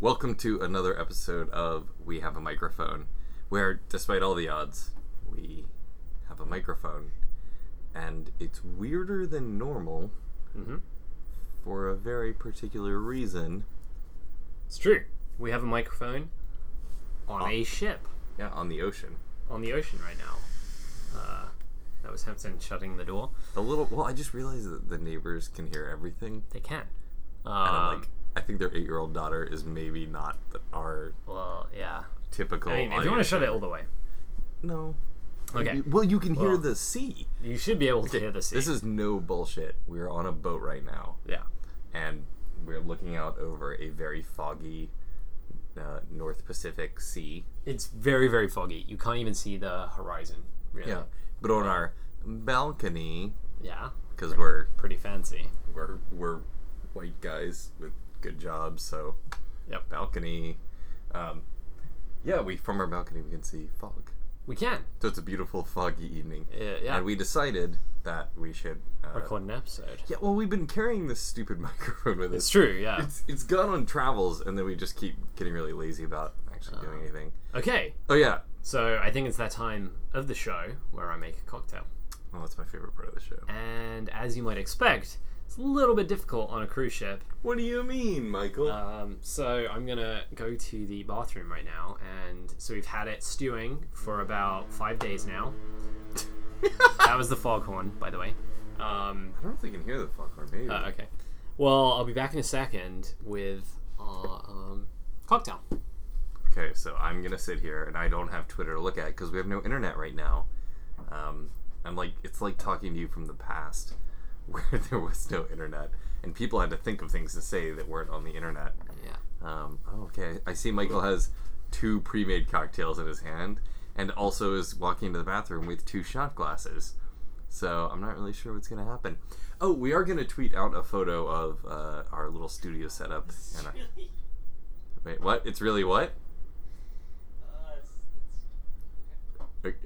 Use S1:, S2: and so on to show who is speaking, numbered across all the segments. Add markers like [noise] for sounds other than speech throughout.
S1: Welcome to another episode of We Have a Microphone, where despite all the odds, we have a microphone. And it's weirder than normal
S2: Mm-hmm.
S1: for a very particular reason.
S2: It's true. We have a microphone
S1: Oh.
S2: on a ship
S1: Yeah, on the ocean.
S2: on the ocean right now. Uh, that was Hampson shutting the door.
S1: A little, well, I just realized that the neighbors can hear everything.
S2: They can. Um,
S1: And I'm like, I think their eight year old daughter is maybe not the, our
S2: well, yeah.
S1: typical.
S2: I mean, if you
S1: audience.
S2: want to shut it all the way,
S1: No.
S2: okay.
S1: You- Well, you can hear
S2: Well,
S1: the sea.
S2: You should be able to hear the sea.
S1: This is no bullshit. We're on a boat right now.
S2: yeah.
S1: and we're looking out over a very foggy uh, North Pacific Sea.
S2: It's very very foggy. You can't even see the horizon. Really.
S1: Uh, But on our balcony,
S2: Yeah.
S1: because we're
S2: Pretty fancy.
S1: we're we're white guys with good jobs, so
S2: Yep.
S1: balcony. Um, yeah, we from our balcony we can see fog.
S2: We can.
S1: So it's a beautiful foggy evening,
S2: Uh, yeah.
S1: and we decided that we should. Uh,
S2: record an episode.
S1: yeah, well, we've been carrying this stupid [laughs] microphone with us.
S2: It's true.
S1: [laughs]
S2: Yeah.
S1: It's it's gone on travels, and then we just keep getting really lazy about actually
S2: Uh.
S1: doing anything.
S2: Okay.
S1: Oh yeah.
S2: So I think it's that time of the show where I make a cocktail.
S1: Oh, that's my favorite part of the show.
S2: and as you might expect, it's a little bit difficult on a cruise ship.
S1: What do you mean, Michael?
S2: Um, so I'm gonna go to the bathroom right now, and so we've had it stewing for about five days now. that was the foghorn, by the way. Um,
S1: I don't think you can hear the fucker, maybe.
S2: uh, okay. Well, I'll be back in a second with our um, cocktail.
S1: okay, so I'm gonna sit here, and I don't have Twitter to look at because we have no internet right now. Um, I'm like, it's like talking to you from the past, [laughs] where there was no internet, and people had to think of things to say that weren't on the internet.
S2: Yeah.
S1: Um, oh, okay, I see Michael has two pre-made cocktails in his hand, and also is walking to the bathroom with two shot glasses. So I'm not really sure what's gonna happen. Oh, we are gonna tweet out a photo of uh, our little studio setup. And I, wait, what? It's really what? Uh,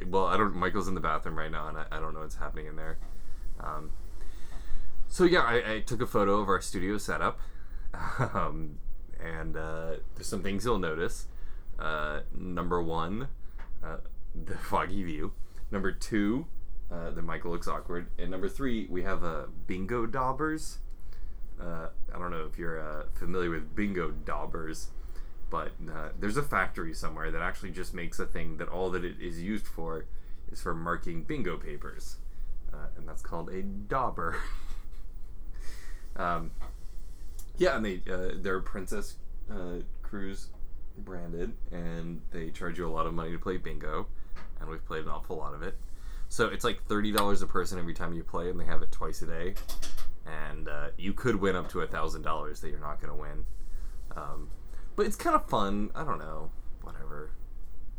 S1: well, I don't. Michael's in the bathroom right now, and I, I don't know what's happening in there. Um, so yeah, I, I took a photo of our studio setup, [laughs] um, and uh, there's some things you'll notice. Uh, number one, uh, the [laughs] foggy view. Number two, uh, the Michael looks awkward, and number three, we have uh, bingo daubers. Uh, I don't know if you're uh, familiar with bingo daubers, but uh, there's a factory somewhere that actually just makes a thing that all that it is used for is for marking bingo papers, uh, and that's called a dauber. [laughs] Um, yeah, and they uh, they're Princess uh, Cruise branded, and they charge you a lot of money to play bingo, and we've played an awful lot of it. So it's like thirty dollars a person every time you play, and they have it twice a day, and uh, you could win up to a thousand dollars that you're not going to win. Um, but it's kind of fun. I don't know, whatever.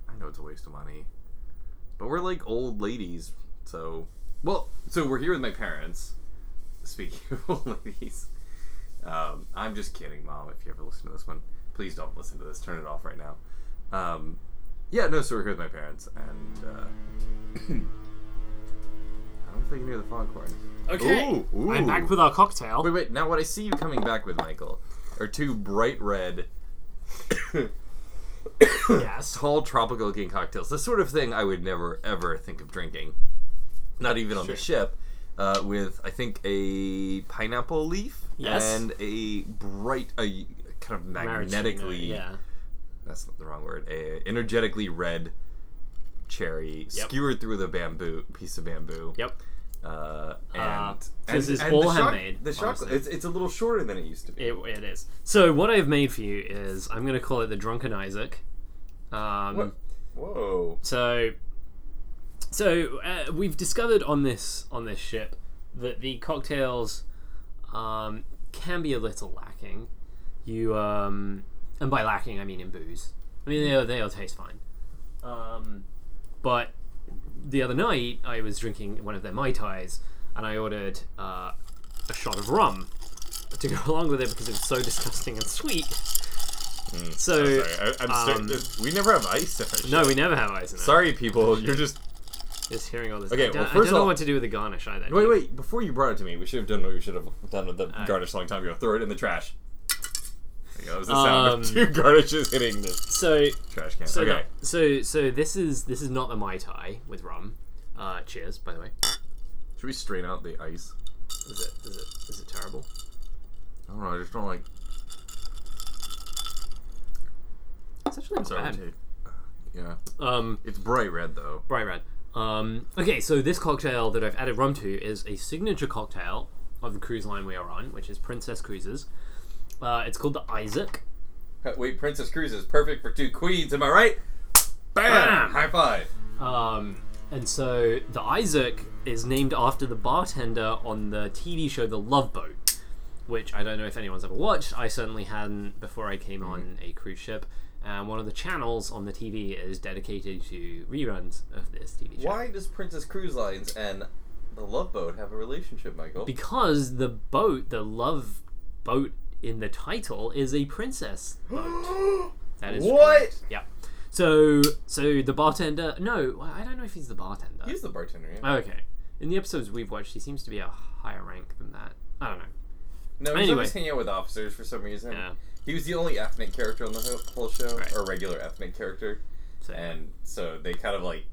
S1: I know it's a waste of money, but we're like old ladies, so well. So we're here with my parents. Speaking [laughs] of old ladies, um, I'm just kidding, Mom. If you ever listen to this one, please don't listen to this. Turn it off right now. Um, yeah, no. So we're here with my parents, and uh, [clears throat] I don't think you hear the foghorn. Ooh, ooh.
S2: I'm back with our cocktail.
S1: Wait, wait. Now, what I see you coming back with, Michael, are two bright red,
S2: yes.
S1: tall, tropical-looking cocktails. The sort of thing I would never, ever think of drinking. Not even on the ship. Uh, with I think a pineapple leaf
S2: Yes.
S1: and a bright, a kind of magnetically
S2: Yeah.
S1: that's not the wrong word. A energetically red cherry skewered through the bamboo piece of bamboo.
S2: Yep.
S1: Uh, and,
S2: Uh,
S1: and-
S2: this is
S1: and
S2: all
S1: the shock-
S2: handmade,
S1: The shock,
S2: honestly.
S1: it's, it's a little shorter than it used to be.
S2: It, it is. So what I've made for you is I'm going to call it the Drunken Isaac. Um,
S1: What? Whoa!
S2: So, so uh, we've discovered on this on this ship that the cocktails um, can be a little lacking. You um, and by lacking I mean in booze. I mean they'll they'll taste fine. Um, but the other night I was drinking one of their mai tais and I ordered uh, a shot of rum to go [laughs] along with it because it was so disgusting and sweet. so um,
S1: we never have ice. In our
S2: no, we never have ice in it.
S1: Sorry, people. You're just
S2: Just hearing all this.
S1: Okay,
S2: I don't,
S1: well,
S2: I
S1: first
S2: don't
S1: of
S2: know
S1: all-
S2: what to do with the garnish either.
S1: wait, wait. Before you brought it to me, we should have done what we should have done with the garnish a long time ago. Throw it in the trash. That was the sound
S2: Um,
S1: of two garnishes hitting the
S2: So
S1: trash can.
S2: So
S1: okay.
S2: no, so so this is this is not a mai tai with rum. Uh, cheers, by the way.
S1: Should we strain out the ice?
S2: Is it is it is it terrible?
S1: I don't know. I just don't like.
S2: It's actually not
S1: Sorry,
S2: bad.
S1: take- [sighs] Yeah,
S2: Um,
S1: it's bright red though.
S2: bright red. Um, okay, so this cocktail that I've added rum to is a signature cocktail of the cruise line we are on, which is Princess Cruises. Uh, it's called the Isaac.
S1: Wait, Princess Cruise is perfect for two queens. Am I right? Bam!
S2: Bam!
S1: High five.
S2: Um, and so the Isaac is named after the bartender on the TV show The Love Boat, which I don't know if anyone's ever watched. I certainly hadn't before I came on a cruise ship. And one of the channels on the TV is dedicated to reruns of this TV show.
S1: Why does Princess Cruise Lines and the Love Boat have a relationship, Michael? [gasps]
S2: Because the boat, the love boat in the title, is a princess boat. That is
S1: What?
S2: correct. Yeah. So, so the bartender. No, I don't know if he's the bartender.
S1: He's the bartender. Yeah.
S2: Okay. In the episodes we've watched, he seems to be a higher rank than that. I don't know.
S1: No, he's
S2: Anyway.
S1: always hanging out with officers for some reason.
S2: Yeah.
S1: He was the only ethnic character on the whole, whole show,
S2: Right.
S1: or regular ethnic character,
S2: So,
S1: and so they kind of like.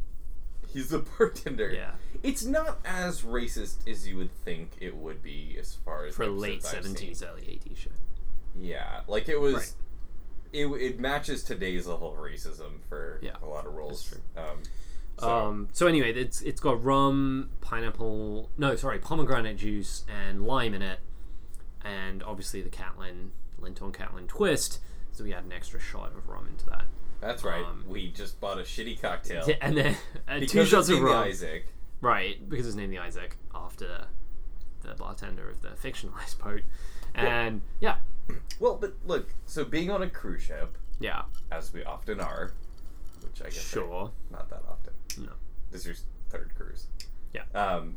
S1: He's the [laughs] bartender.
S2: Yeah.
S1: It's not as racist as you would think it would be as far as
S2: for
S1: episodes I've
S2: late
S1: seen.
S2: seventies, early eighties show.
S1: Yeah, like it was.
S2: Right.
S1: It, it matches today's level of racism for
S2: Yeah,
S1: a lot of roles.
S2: that's
S1: Um, so,
S2: Um, so anyway, it's it's got rum, pineapple, no, sorry, pomegranate juice and lime in it, and obviously the Catlin Linton Catlin twist. So we had an extra shot of rum into that,
S1: that's right.
S2: um,
S1: we just bought a shitty cocktail.
S2: Yeah, [laughs] and then uh,
S1: because
S2: two
S1: it's
S2: shots of
S1: named
S2: rum,
S1: Isaac.
S2: right? Because it's named the Isaac after the bartender of the fictionalized boat, and
S1: Well, but look, so being on a cruise ship,
S2: yeah,
S1: as we often are, which I
S2: yeah,
S1: guess are
S2: sure.
S1: not that often.
S2: No.
S1: This is your third cruise.
S2: Yeah.
S1: Um,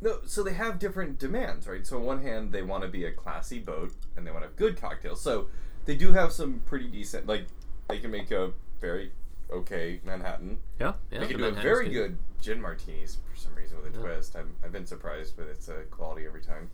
S1: no, so they have different demands, right? So on one hand, they want to be a classy boat and they want to have good cocktails. So they do have some pretty decent, like they can make a very okay Manhattan.
S2: Yeah, yeah.
S1: they can
S2: the
S1: do a
S2: Manhattan's
S1: very good gin martinis for some reason with a
S2: Yeah.
S1: twist. I'm, I've been surprised, but it's a quality every time.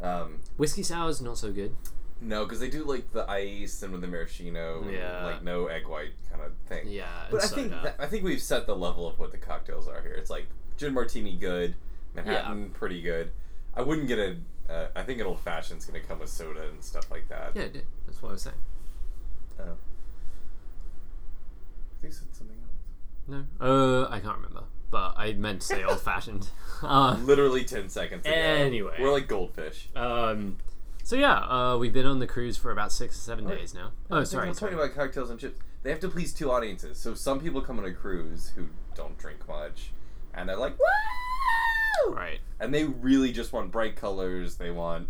S1: Um,
S2: Whiskey sour's not so good.
S1: no, because they do like the ice and with the maraschino, and,
S2: Yeah.
S1: like no egg white kind of thing.
S2: Yeah,
S1: But I
S2: and soda.
S1: think that, I think we've set the level of what the cocktails are here. It's like gin martini, good. Manhattan, pretty good. I wouldn't get a. Uh, I think an old fashioned's gonna come with soda and stuff like that.
S2: yeah, it did. That's what I was saying.
S1: Oh. I think you said something else.
S2: No, uh, I can't remember, but I meant to
S1: [laughs]
S2: say old fashioned. [laughs] Uh,
S1: Literally ten seconds. Ago.
S2: Anyway.
S1: we're like goldfish.
S2: um, so yeah, uh, we've been on the cruise for about six or seven
S1: Wait.
S2: days now. Oh, sorry,
S1: I'm
S2: sorry.
S1: talking about cocktails and chips. They have to please two audiences. So some people come on a cruise who don't drink much, and they're like, "Woo!"
S2: right.
S1: and they really just want bright colors. They want,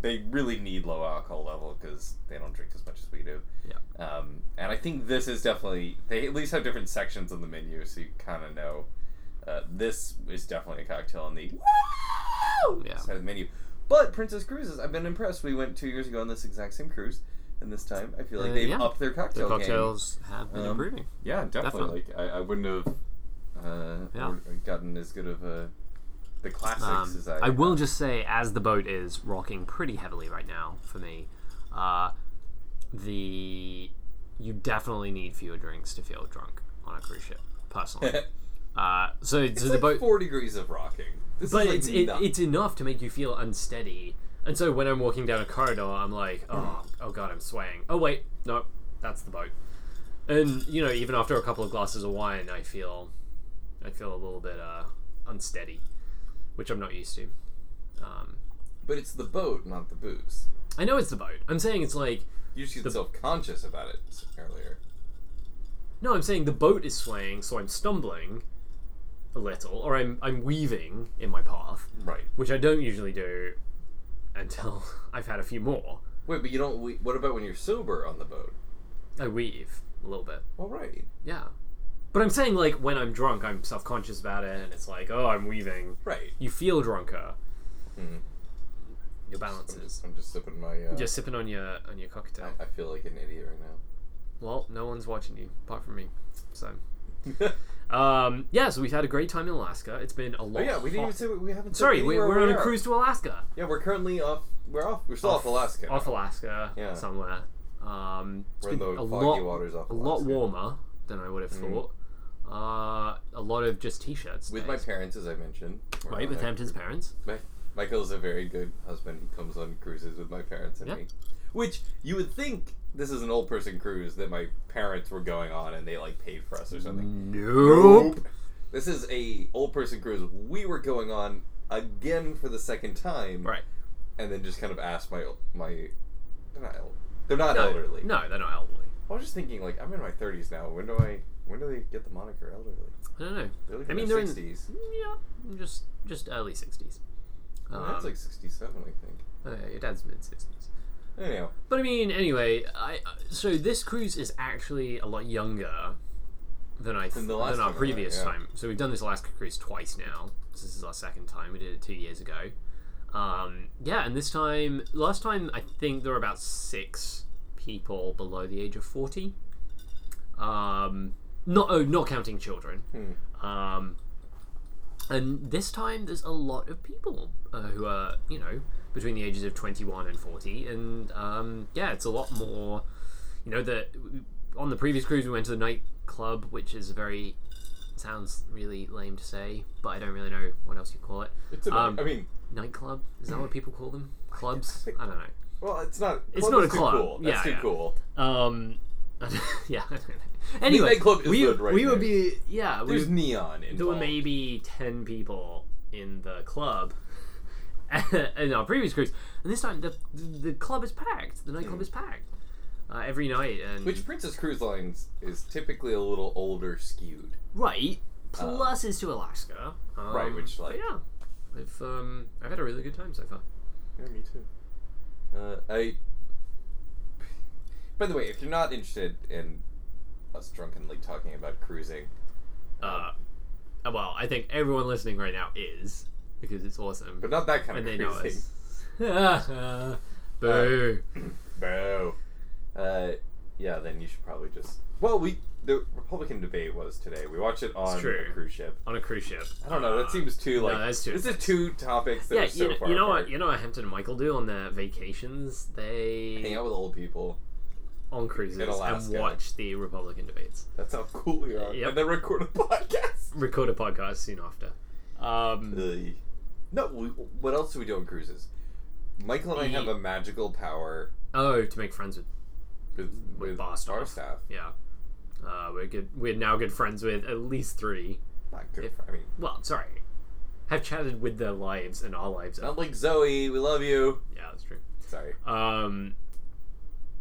S1: they really need low alcohol level because they don't drink as much as we do. Yeah. Um, and I think this is definitely they at least have different sections on the menu, so you kind of know. Uh, this is definitely a cocktail on the
S2: Yeah.
S1: side of the menu. But Princess Cruises, I've been impressed. We went two years ago on this exact same cruise, and this time I feel like
S2: Uh,
S1: they've
S2: yeah.
S1: upped their
S2: The
S1: cocktail game.
S2: cocktails have been
S1: Um,
S2: improving.
S1: Yeah,
S2: Definitely.
S1: definitely. Like I, I wouldn't have uh,
S2: Yeah.
S1: or- gotten as good of a the classics
S2: Um,
S1: as I.
S2: I will just say, as the boat is rocking pretty heavily right now for me, uh, the you definitely need fewer drinks to feel drunk on a cruise ship.
S1: [laughs]
S2: Personally, uh, so,
S1: It's
S2: so the
S1: like
S2: boat
S1: four degrees of rocking. This
S2: But
S1: is like
S2: it's it,
S1: nothing.
S2: it's enough to make you feel unsteady. And so when I'm walking down a corridor, I'm like, oh, oh god, I'm swaying. Oh wait, no, that's the boat. And you know, even after a couple of glasses of wine, I feel, I feel a little bit uh, unsteady, which I'm not used to. Um,
S1: but it's the boat, not the booze.
S2: I know it's the boat. I'm saying it's like,
S1: You just get self-conscious about it s- earlier.
S2: no, I'm saying the boat is swaying, so I'm stumbling a little, or I'm I'm weaving in my path,
S1: Right.
S2: which I don't usually do until [laughs] I've had a few more.
S1: Wait, but you don't. We, what about when you're sober on the boat?
S2: I weave a little bit.
S1: Well, right.
S2: Yeah. But I'm saying, like, when I'm drunk, I'm self conscious about it, and it's like, oh, I'm weaving.
S1: Right.
S2: You feel drunker.
S1: Mhm.
S2: Your
S1: I'm
S2: balances.
S1: just, I'm just sipping my. Uh,
S2: You're sipping on your on your cocktail.
S1: I, I feel like an idiot right now. [laughs]
S2: Well, no one's watching you apart from me. So, um, yeah. So we've had a great time in Alaska. It's been a
S1: oh
S2: lot.
S1: yeah, we didn't even
S2: hot-
S1: say we haven't. said
S2: Sorry, we,
S1: anywhere
S2: we're
S1: we
S2: on a
S1: are.
S2: cruise to Alaska.
S1: Yeah, we're currently off. We're off. We're still off, Alaska.
S2: Off
S1: now.
S2: Alaska.
S1: Yeah.
S2: Somewhere. Um, it's
S1: Where
S2: been
S1: the
S2: a
S1: foggy
S2: lot,
S1: waters off
S2: a lot
S1: Alaska. Mm-hmm.
S2: warmer than I would have thought. Uh, a lot of just t-shirts.
S1: With my
S2: days.
S1: parents, as I mentioned. We're
S2: right
S1: on
S2: with
S1: a-
S2: Hampton's parents.
S1: My, Michael's a very good husband. He comes on cruises with my parents and
S2: Yeah.
S1: me. Which you would think this is an old person cruise that my parents were going on and they like paid for us or something.
S2: Nope.
S1: This is a old person cruise we were going on again for the second time.
S2: Right.
S1: And then just kind of asked my my they're not el- they're not
S2: No,
S1: elderly.
S2: No, they're not elderly.
S1: I was just thinking like I'm in my 30s now. When do I when do they get the moniker elderly?
S2: I don't know.
S1: They're like
S2: I
S1: in
S2: mean,
S1: their
S2: they're in-
S1: 60s.
S2: Yeah, just just early sixties. oh,
S1: My
S2: Um.
S1: dad's like 67, I think.
S2: your dad's mid sixties.
S1: Anyhow,
S2: But I mean, anyway, I uh, so this cruise is actually a lot younger than I
S1: Than the last
S2: than our
S1: time, I
S2: previous
S1: think, yeah.
S2: time. So we've done this Alaska cruise twice now. This is our second time. We did it two years ago. Um, yeah, and this time, last time I think there were about six people below the age of forty. Um, not oh, not counting children.
S1: Hmm.
S2: Um, and this time, there's a lot of people uh, who are, you know, between the ages of 21 and 40. And um, yeah, it's a lot more, you know, the, on the previous cruise, we went to the nightclub, which is very, sounds really lame to say, but I don't really know what else you call it.
S1: it's a
S2: Um,
S1: I mean,
S2: Nightclub?
S1: [laughs]
S2: Is that what people call them? Clubs?
S1: think-
S2: I don't know.
S1: well, it's not
S2: It's not a
S1: is too
S2: club.
S1: Cool. That's
S2: Yeah,
S1: too
S2: yeah.
S1: cool.
S2: Um, [laughs] yeah, I don't know. Anyway,
S1: nightclub is
S2: we,
S1: good right
S2: we would
S1: there.
S2: be, yeah, we
S1: There's neon in
S2: there were maybe 10 people in the club [laughs] in our previous cruise and this time the the club is packed the nightclub is packed uh, every night and
S1: Hmm. Which Princess Cruise Lines is typically a little older skewed.
S2: right plus is to alaska um,
S1: Uh, Right, which,
S2: but
S1: like-
S2: yeah I've, um, I've had a really good time so far
S1: Yeah, me too. Uh, I. By the way, if you're not interested in us drunkenly talking about cruising,
S2: uh, well i think everyone listening right now is because it's awesome
S1: but not that kind
S2: and
S1: of
S2: they know
S1: cruising. [laughs]
S2: us [laughs] boo
S1: Boo. Uh, yeah, then you should probably just. Well, we the Republican debate was today. We watched it on
S2: true.
S1: a cruise ship.
S2: on a cruise ship
S1: I don't know.
S2: Uh,
S1: That seems too
S2: no,
S1: like.
S2: that's too
S1: This is two topics that
S2: yeah,
S1: are so
S2: you, kn-
S1: far
S2: you know
S1: apart.
S2: what you know what Hampton and Michael do on their vacations?
S1: Hang
S2: They
S1: out with old people.
S2: on cruises
S1: in
S2: and
S1: Alaska.
S2: watch the Republican debates.
S1: That's how cool we are.
S2: Yep.
S1: And then record a [laughs] podcast.
S2: Record a podcast soon after. Um,
S1: Ugh. No, we, what else do we do on cruises? Michael and I have
S2: Eat.
S1: a magical power
S2: oh, to make friends with
S1: with,
S2: with,
S1: with
S2: bar staff.
S1: our staff.
S2: Yeah, uh, we're good. We're now good friends with at least three.
S1: Not good.
S2: If-
S1: I mean,
S2: Well, sorry, have chatted with their lives and our lives.
S1: not like Zoe. We love you.
S2: yeah, that's true.
S1: Sorry.
S2: Um,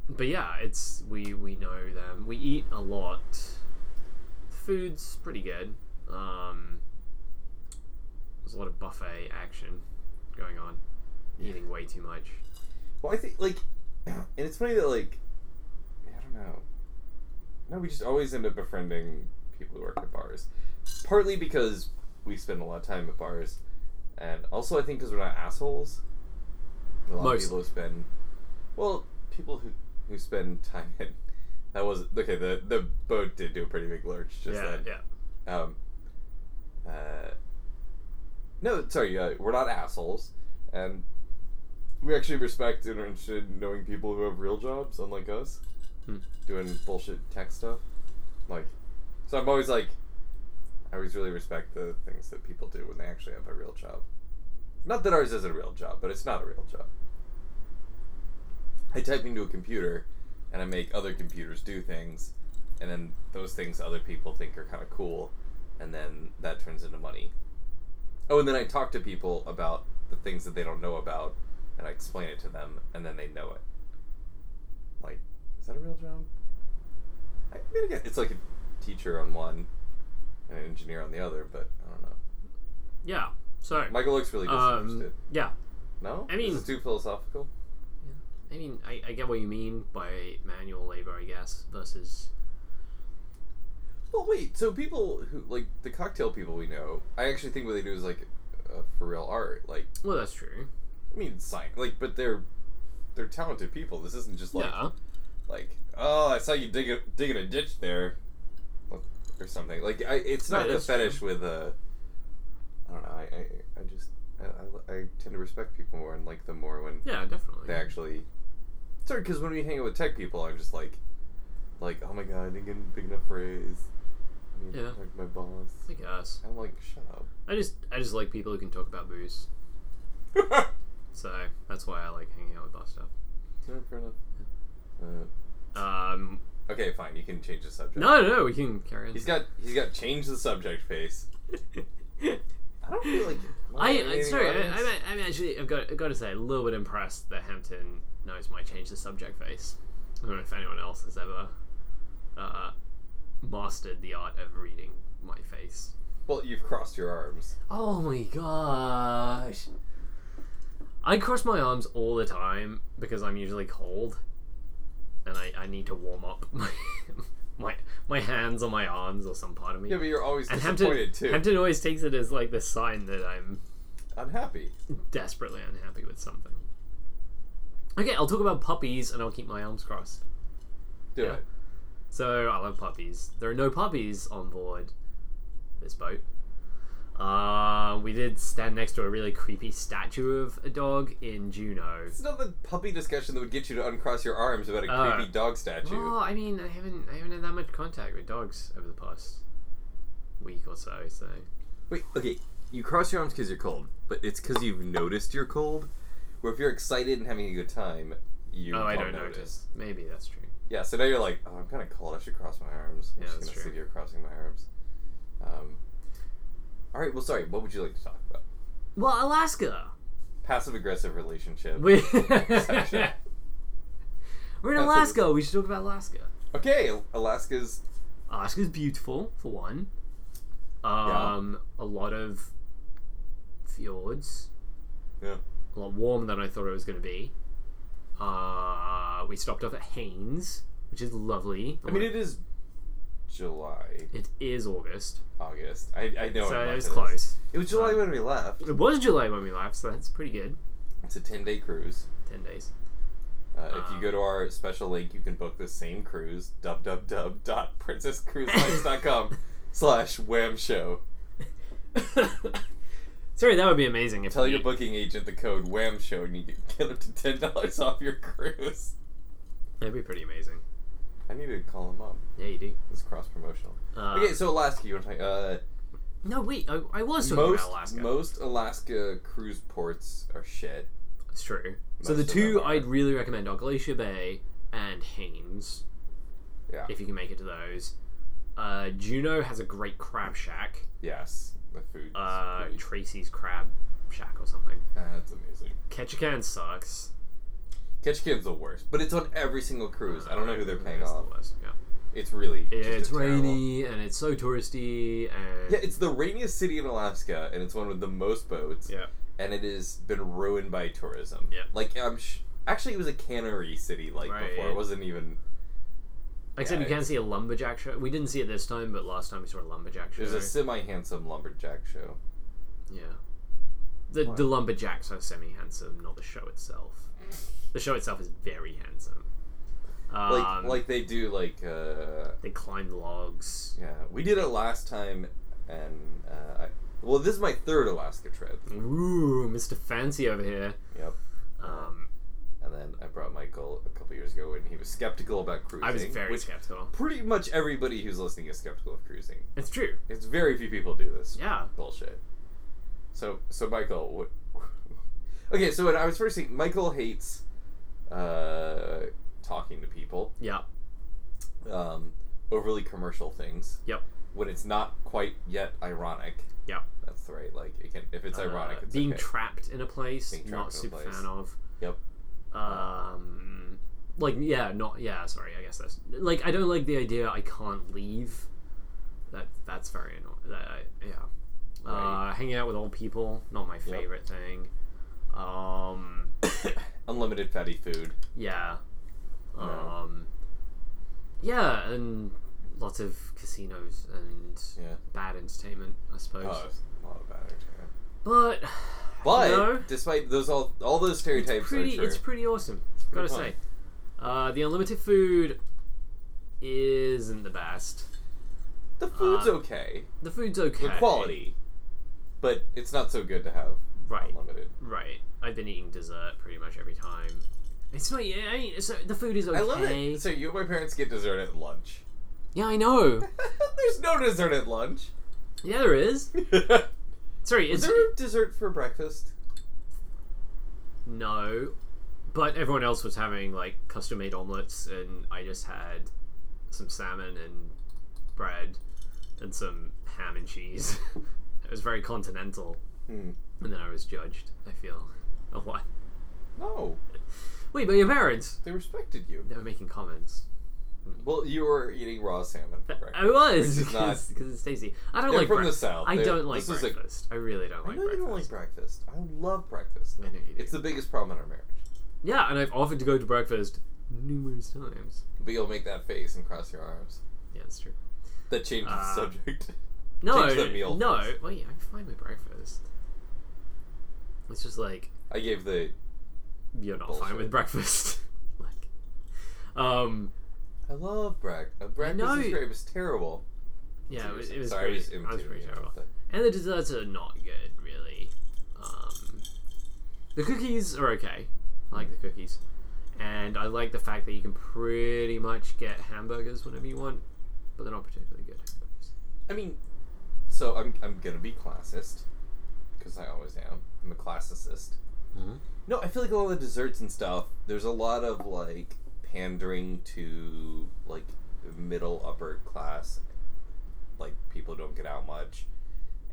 S2: but yeah, it's we we know them. We eat a lot. Food's pretty good. Um, there's a lot of buffet action going on. Eating way too much.
S1: Well, I think like, [clears throat] and it's funny that like, I don't know. No, we just always end up befriending people who work at bars, partly because we spend a lot of time at bars, and also I think because we're not assholes. A lot
S2: Mostly.
S1: of people who spend, well, people who who spend time in. That was okay. The the boat did do a pretty big lurch just
S2: yeah,
S1: then.
S2: yeah.
S1: Um, uh, no, sorry, uh, we're not assholes, and we actually respect and are interested in knowing people who have real jobs, unlike us,
S2: Hmm.
S1: doing bullshit tech stuff. Like, so I'm always like, I always really respect the things that people do when they actually have a real job. Not that ours isn't a real job, but it's not a real job. I type into a computer, and I make other computers do things, and then those things other people think are kind of cool, and then that turns into money. Oh, and then I talk to people about the things that they don't know about, and I explain it to them, and then they know it. Like, is that a real job? I mean, again, it's like a teacher on one and an engineer on the other, but I don't know.
S2: Yeah. So
S1: Michael looks really
S2: um
S1: disinterested.
S2: yeah.
S1: no,
S2: I mean-
S1: this is too philosophical.
S2: I mean I, I get what you mean by manual labor, I guess, versus
S1: Well, wait. So people who like the cocktail people we know, I actually think what they do is like uh, for real art. Like,
S2: well that's true.
S1: I mean, sign like, but they're they're talented people. This isn't just like
S2: yeah.
S1: like oh, I saw you dig a, digging a ditch there, or something. Like, I it's not
S2: Right,
S1: a
S2: that's
S1: fetish with a. I don't know. I I, I just I, I, I tend to respect people more and like them more when
S2: Yeah, definitely.
S1: they actually Sorry, because when we hang out with tech people, I'm just like, like, oh my god, I didn't get a big enough raise. I need to
S2: Yeah.
S1: talk to my boss.
S2: I guess.
S1: I'm like, shut up.
S2: I just I just like people who can talk about booze. So that's why I like hanging out with that stuff.
S1: No, fair enough. Uh,
S2: Um,
S1: okay, fine. You can change the subject.
S2: no, no, no, we can carry on.
S1: He's got he's got change the subject face. I don't feel like.
S2: I,
S1: am
S2: am sorry, I, I'm, I'm actually, I've got, I've got to say, a little bit impressed that Hampton knows my change the subject face. I don't know if anyone else has ever uh, mastered the art of reading my face.
S1: Well, you've crossed your arms.
S2: Oh my gosh. I cross my arms all the time because I'm usually cold and I, I need to warm up [laughs] my, my my hands or my arms or some part of me.
S1: Yeah, but you're always
S2: and
S1: disappointed
S2: Hampton,
S1: too.
S2: Hampton always takes it as like the sign that I'm
S1: Unhappy.
S2: desperately unhappy with something. Okay, I'll talk about puppies and I'll keep my arms crossed.
S1: Do
S2: Yeah.
S1: it.
S2: So I love puppies. There are no puppies on board this boat. Uh, we did stand next to a really creepy statue of a dog in Juneau.
S1: It's not the puppy discussion that would get you to uncross your arms about a
S2: Oh.
S1: creepy dog statue.
S2: Well, I mean, I haven't, I haven't had that much contact with dogs over the past week or so. So
S1: Wait, okay. You cross your arms because you're cold, but it's because you've noticed you're cold. Where if you're excited and having a good time, you
S2: oh,
S1: won't
S2: I don't
S1: notice.
S2: notice. Maybe that's true.
S1: Yeah, so now you're like, oh, I'm kind of cold. I should cross my arms. I'm
S2: Yeah,
S1: just
S2: that's
S1: gonna
S2: true.
S1: sit here crossing my arms. Um, all right. Well, sorry. What would you like to talk about?
S2: Well, Alaska. [laughs]
S1: Passive aggressive relationship.
S2: We-
S1: Session.
S2: [laughs] We're in
S1: That's what
S2: Alaska. We should talk about Alaska.
S1: Okay, Alaska's
S2: Alaska's beautiful for one.
S1: Yeah.
S2: Um, a lot of fjords.
S1: Yeah.
S2: A lot warmer than I thought it was going to be. Uh, we stopped off at Haynes, which is lovely.
S1: I mean, it is July,
S2: it is August,
S1: August. I, I know.
S2: so
S1: what
S2: it
S1: month
S2: was
S1: is.
S2: close.
S1: It was July when we left.
S2: It was July when we left, so that's pretty good.
S1: It's a ten-day cruise.
S2: Ten days. [laughs]
S1: Uh, if you
S2: Um,
S1: go to our special link, you can book the same cruise.
S2: [laughs]
S1: www.princesscruiselines.com slash wham show.
S2: Sorry, that would be amazing if
S1: Tell
S2: we-
S1: your booking agent the code wham show, and you get [laughs] get up to ten dollars off your cruise.
S2: That'd be pretty amazing.
S1: I need to call him up.
S2: Yeah, you do.
S1: It's cross promotional.
S2: Uh,
S1: okay, so Alaska, you want to talk? Uh,
S2: No, wait. I, I was talking
S1: most
S2: about Alaska.
S1: most Alaska cruise ports are shit.
S2: It's true. So
S1: Most
S2: the
S1: of
S2: two
S1: them are.
S2: I'd really recommend are Glacier Bay and Haynes,
S1: Yeah.
S2: if you can make it to those. Uh, Juno has a great crab shack,
S1: Yes, the food.
S2: uh, Tracy's Crab Shack or something.
S1: That's amazing.
S2: Ketchikan sucks.
S1: Ketchikan's the worst, but it's on every single cruise. I don't know who they're paying
S2: It's Uh, the
S1: off.
S2: worst, yeah.
S1: It's really just
S2: It's
S1: a terrible-
S2: rainy and it's so touristy and
S1: Yeah, it's the rainiest city in Alaska, and it's one with the most boats,
S2: yeah.
S1: and it has been ruined by tourism.
S2: Yeah.
S1: like I'm sh- actually it was a cannery city like before.
S2: Right.
S1: It wasn't even
S2: Except
S1: Yeah,
S2: you can see a lumberjack show. We didn't see it this time, but last time we saw a lumberjack show.
S1: there's a semi handsome lumberjack show.
S2: Yeah. The,
S1: What?
S2: the lumberjacks are semi handsome, not the show itself. The show itself is very handsome. Um,
S1: Like like they do like uh,
S2: they climb logs.
S1: yeah we did it last time and uh, I, well this is my third Alaska trip.
S2: Ooh, Mr. Fancy over here.
S1: Yep.
S2: Um,
S1: And then I brought Michael a couple years ago when he was skeptical about cruising.
S2: I was very
S1: which
S2: skeptical.
S1: pretty much everybody who's listening is skeptical of cruising.
S2: It's true.
S1: It's very few people do this
S2: Yeah.
S1: bullshit. So so Michael, what? [laughs] okay, so when I was first thinking, Michael hates uh, talking to people,
S2: Yeah.
S1: um, overly commercial things.
S2: Yep.
S1: When it's not quite yet ironic.
S2: Yep.
S1: That's the right. Like it can if it's ironic,
S2: Uh,
S1: it's
S2: being
S1: okay.
S2: trapped in a place,
S1: Being
S2: not
S1: trapped in a
S2: super
S1: place.
S2: fan of.
S1: Yep.
S2: Um, like yeah, not yeah. Sorry, I guess that's like I don't like the idea. I can't leave. That that's very annoying. That I, yeah. Uh,
S1: Right.
S2: hanging out with old people, not my
S1: Yep.
S2: favorite thing. Um,
S1: Unlimited fatty food.
S2: yeah.
S1: No.
S2: Um, yeah, and lots of casinos and
S1: Yeah.
S2: bad entertainment, I suppose.
S1: Oh, it's a lot of bad. entertainment.
S2: But
S1: But
S2: No.
S1: despite those all all those stereotypes
S2: it's pretty,
S1: are true.
S2: it's pretty awesome.
S1: pretty
S2: gotta
S1: fun.
S2: say, uh, the unlimited food isn't the best.
S1: the food's
S2: uh,
S1: okay,
S2: The food's okay.
S1: the quality, but it's not so good to have
S2: Right,
S1: unlimited.
S2: right. I've been eating dessert pretty much every time. It's not. Yeah, I mean, so the food is okay.
S1: I love it. So you and my parents get dessert at lunch. [laughs]
S2: yeah, I know.
S1: There's no dessert at
S2: [laughs]
S1: lunch.
S2: Yeah, there is.
S1: Is
S2: Sorry, it's
S1: there dessert for breakfast?
S2: no, but everyone else was having like custom made omelets, and I just had some salmon and bread and some ham and cheese. [laughs] it was very continental,
S1: Hmm.
S2: and then I was judged. I feel a lot.
S1: No,
S2: Wait, but your parents?
S1: they respected you.
S2: They were making comments.
S1: Well, you were eating raw salmon for breakfast.
S2: I was [laughs]
S1: Which is not-
S2: because it's tasty. I don't
S1: They're
S2: like
S1: from the
S2: breakfast.
S1: south.
S2: I
S1: They're-
S2: don't like
S1: this is a-
S2: breakfast. I really don't
S1: I
S2: like
S1: know you
S2: breakfast.
S1: don't like breakfast. I love breakfast.
S2: I know you do.
S1: It's the biggest problem in our marriage.
S2: Yeah, and I've offered to go to breakfast numerous times.
S1: But you'll make that face and cross your arms.
S2: Yeah, it's true.
S1: That changes the
S2: Ah.
S1: subject. [laughs]
S2: No,
S1: Change the meal
S2: no.
S1: first.
S2: Wait, I'm fine with breakfast. It's just like
S1: I gave the.
S2: you're not fine
S1: Bullshit.
S2: with breakfast. [laughs] like, um,
S1: I love breakfast. Breakfast
S2: know
S1: is
S2: you-
S1: great. It was terrible.
S2: yeah, it was, it was
S1: Sorry, I was
S2: pretty. I was
S1: imitating
S2: pretty
S1: you.
S2: terrible. And the desserts are not good, really. Um, the cookies are okay. I like the cookies. And I like the fact that you can pretty much get hamburgers whenever you want, but they're not particularly good hamburgers.
S1: I mean, so I'm I'm gonna be classist because I always am. I'm a classicist.
S3: Mhm.
S1: No, I feel like a lot of the desserts and stuff. There's a lot of like pandering to like middle upper class, like people who don't get out much,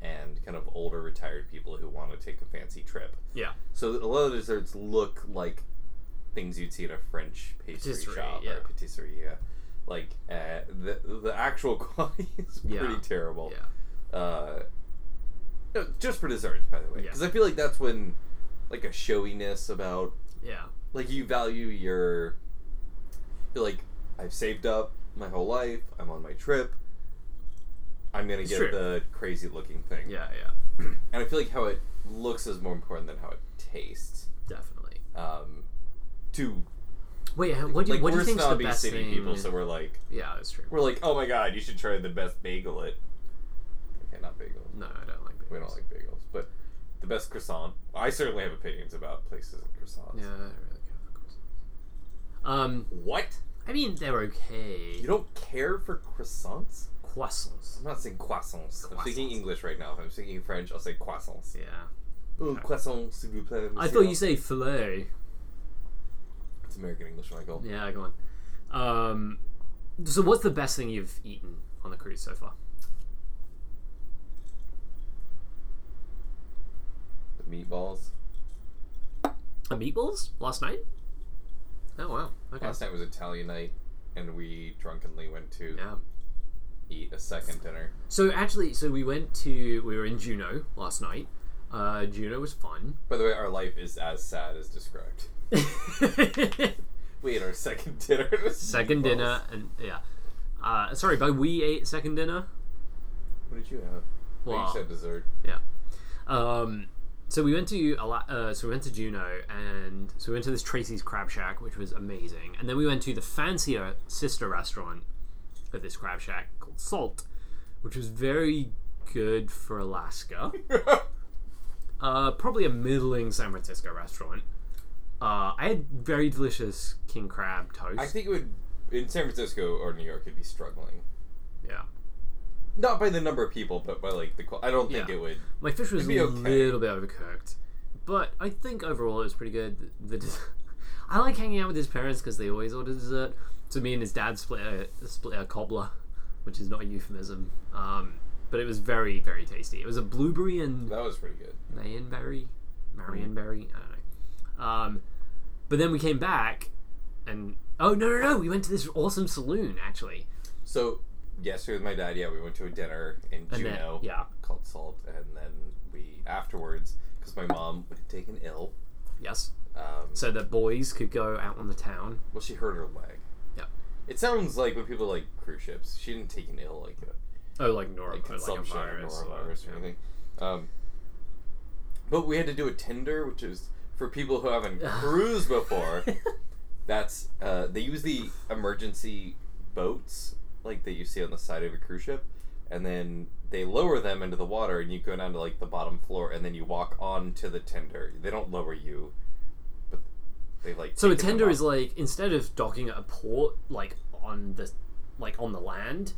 S1: and kind of older retired people who want to take a fancy trip.
S2: Yeah.
S1: So a lot of desserts look like things you'd see at a French pastry
S2: Patisserie,
S1: shop or
S2: yeah.
S1: a patisserie. Yeah. Like uh, the the actual [laughs] quality is
S2: Yeah.
S1: pretty terrible.
S2: Yeah.
S1: Uh, no, just for desserts, by the way,
S2: Yeah.
S1: because I feel like that's when like a showiness about
S2: Yeah.
S1: like you value your you're like I've saved up my whole life. I'm on my trip. I'm gonna
S2: It's
S1: get
S2: true.
S1: the crazy looking thing,
S2: Yeah, yeah.
S1: and I feel like how it looks is more important than how it tastes.
S2: Definitely.
S1: Um, to
S2: Wait, how- what do you,
S1: like
S2: what do
S1: we're
S2: you think's the
S1: snobby
S2: best
S1: city
S2: thing?
S1: people, so we're like
S2: Yeah, that's true.
S1: we're like oh my god, you should try the best bagel at okay, not bagel.
S2: No, I don't like bagels.
S1: We don't like bagels, but the best croissant. I certainly have opinions about places and croissants.
S2: Yeah, I don't really care for croissants. Um,
S1: What?
S2: I mean, they're okay.
S1: You don't care for croissants?
S2: Croissants.
S1: I'm not saying croissants. I'm speaking
S2: Croissants.
S1: English right now. If I'm speaking French, I'll say croissants.
S2: Yeah.
S1: Ooh, croissants, s'il vous plaît.
S2: I thought
S1: monsieur.
S2: you say filet.
S1: It's American English, Michael.
S2: Yeah, go on. Um, so, what's the best thing you've eaten on the cruise so far?
S1: The meatballs.
S2: Uh, meatballs last night. Oh wow. Okay.
S1: Last night was Italian night, and we drunkenly went to
S2: yeah.
S1: eat a second dinner.
S2: So actually, so we went to we were in Juneau last night. Uh, Juneau was fun. [laughs]
S1: By the way, our life is as sad as described. [laughs] We ate our second [laughs] dinner. It was
S2: second
S1: meatballs.
S2: dinner and yeah. Uh, sorry, but we ate second dinner.
S1: What did you have? Well,
S2: Wow.
S1: you said dessert.
S2: Um, so we went to a lot, uh, so we went to Juno, and so we went to this Tracy's Crab Shack, which was amazing, and then we went to the fancier sister restaurant of this crab shack called Salt, which was very good for Alaska. uh, probably a middling San Francisco restaurant. Uh, I had very delicious king crab toast.
S1: I think it would in San Francisco or New York it'd be struggling.
S2: yeah,
S1: Not by the number of people, but by like the qual- I don't think
S2: Yeah.
S1: it would.
S2: my fish was
S1: It'd
S2: a
S1: be okay.
S2: little bit overcooked, but I think overall it was pretty good. The, the [laughs] I like hanging out with his parents because they always order dessert. So me and his dad split a split a cobbler, which is not a euphemism, um, but it was very very tasty. It was a blueberry and
S1: That was pretty good.
S2: Marienberry, Marienberry. I don't know. Um, but then we came back, and oh no no no, we went to this awesome saloon actually.
S1: So yesterday with my dad, yeah, we went to a dinner in
S2: And then-
S1: Juneau
S2: yeah
S1: called Salt, and then we afterwards because my mom had taken ill.
S2: yes,
S1: Um,
S2: so the boys could go out on the town.
S1: well, she hurt her leg.
S2: Yeah.
S1: It sounds like when people like cruise ships, she didn't take an ill like uh, a
S2: Oh, like nor
S1: like
S2: like, a
S1: consumption or
S2: virus, or-
S1: norovirus or
S2: yeah.
S1: anything. Um, but we had to do a Tinder, which is for people who haven't
S2: [laughs]
S1: cruised before. [laughs] That's uh, they use the emergency boats like that you see on the side of a cruise ship, and then they lower them into the water, and you go down to like the bottom floor, and then you walk onto the tender. They don't lower you, but They like
S2: So a
S1: taken them
S2: tender
S1: off.
S2: is like instead of docking at a port, like on the like on the land,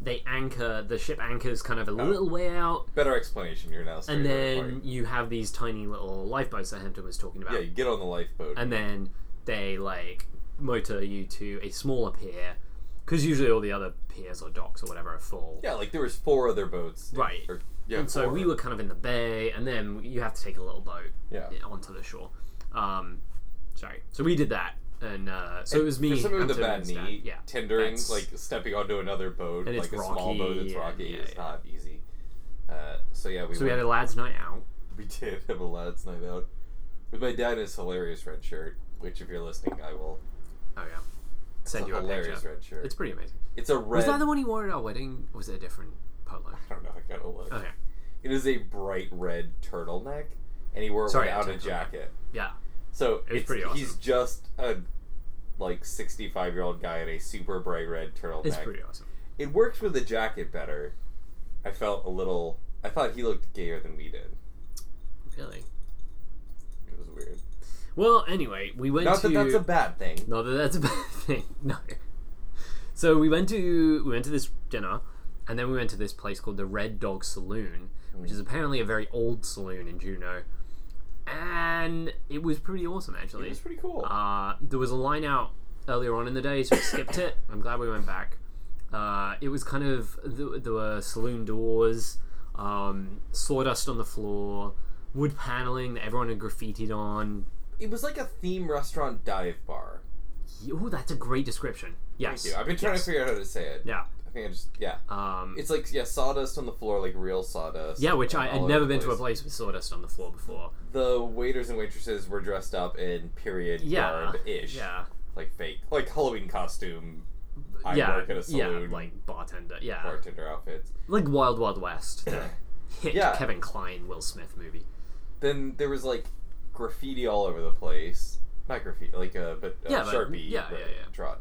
S2: they anchor the ship anchors kind
S1: Oh.
S2: of a little way out,
S1: better explanation. You're now
S2: and
S1: starting to
S2: then
S1: apart.
S2: you have these tiny little lifeboats that Hampton was talking about,
S1: yeah, you get on the lifeboat.
S2: and then they like motor you to a smaller pier, because usually all the other piers or docks or whatever are full.
S1: yeah, like there was four other boats.
S2: Right.
S1: Or, yeah.
S2: and so
S1: four.
S2: we were kind of in the bay, and then you have to take a little boat
S1: Yeah.
S2: onto the shore. Um, sorry. So we did that, and uh, so it was me.
S1: For someone with a
S2: Hampton,
S1: bad
S2: and Stan.
S1: knee,
S2: Yeah.
S1: tendering,
S2: that's-
S1: like stepping onto another boat,
S2: And it's
S1: like a small
S2: rocky
S1: boat that's
S2: and-
S1: rocky,
S2: yeah,
S1: is
S2: yeah.
S1: not easy. Uh, so yeah, we
S2: So we
S1: went-
S2: had a lads' night out.
S1: we did have a lads' night out with my dad in his hilarious red shirt. Which, if you're listening, I will
S2: Oh yeah. Send
S1: It's a
S2: you a
S1: hilarious
S2: picture.
S1: red shirt.
S2: It's
S1: It's,
S2: pretty amazing.
S1: a red.
S2: Was that the one he wore at our wedding? Or was it a different polo?
S1: I don't know. I gotta look.
S2: Okay.
S1: It is a bright red turtleneck, and he wore it
S2: Sorry,
S1: without a
S2: turtleneck.
S1: jacket.
S2: Yeah.
S1: So
S2: It was
S1: it's-
S2: pretty
S1: He's
S2: awesome.
S1: just a like 65 year old guy in a super bright red turtleneck.
S2: It's pretty awesome.
S1: It works with the jacket better. I felt a little. I thought he looked gayer than we did.
S2: Really.
S1: It was weird.
S2: Well, anyway, we went
S1: Not
S2: to.
S1: that that's a bad thing.
S2: Not that that's a [laughs] bad thing. No. So we went to we went to this dinner, and then we went to this place called the Red Dog Saloon, which
S1: Mm.
S2: is apparently a very old saloon in Juneau, and it was pretty awesome actually.
S1: It was pretty cool.
S2: Uh, there was a line out earlier on in the day, so we skipped it. I'm glad we went back. Uh, it was kind of there, there were saloon doors, um, sawdust on the floor, wood paneling that everyone had graffitied on.
S1: It was like a theme restaurant dive bar.
S2: Oh, that's a great description. Yes,
S1: Thank you. I've been trying
S2: Yes.
S1: to figure out how to say it.
S2: Yeah.
S1: I think I just yeah.
S2: Um,
S1: It's like yeah, sawdust on the floor, like real sawdust.
S2: yeah, which I
S1: all
S2: had
S1: over
S2: never
S1: the
S2: been to a place with sawdust on the floor before.
S1: The waiters and waitresses were dressed up in period
S2: Yeah,
S1: garb ish,
S2: yeah,
S1: like fake, like Halloween costume. I
S2: yeah,
S1: work at a saloon.
S2: yeah, like bartender, yeah,
S1: bartender outfits.
S2: like Wild Wild
S1: [coughs]
S2: West, the hit
S1: Yeah.
S2: Kevin Klein Will Smith movie.
S1: Then there was like graffiti all over the place. Not graffiti, like uh, but uh,
S2: Yeah, but-
S1: sharpie,
S2: yeah,
S1: but
S2: yeah, yeah.
S1: drawn.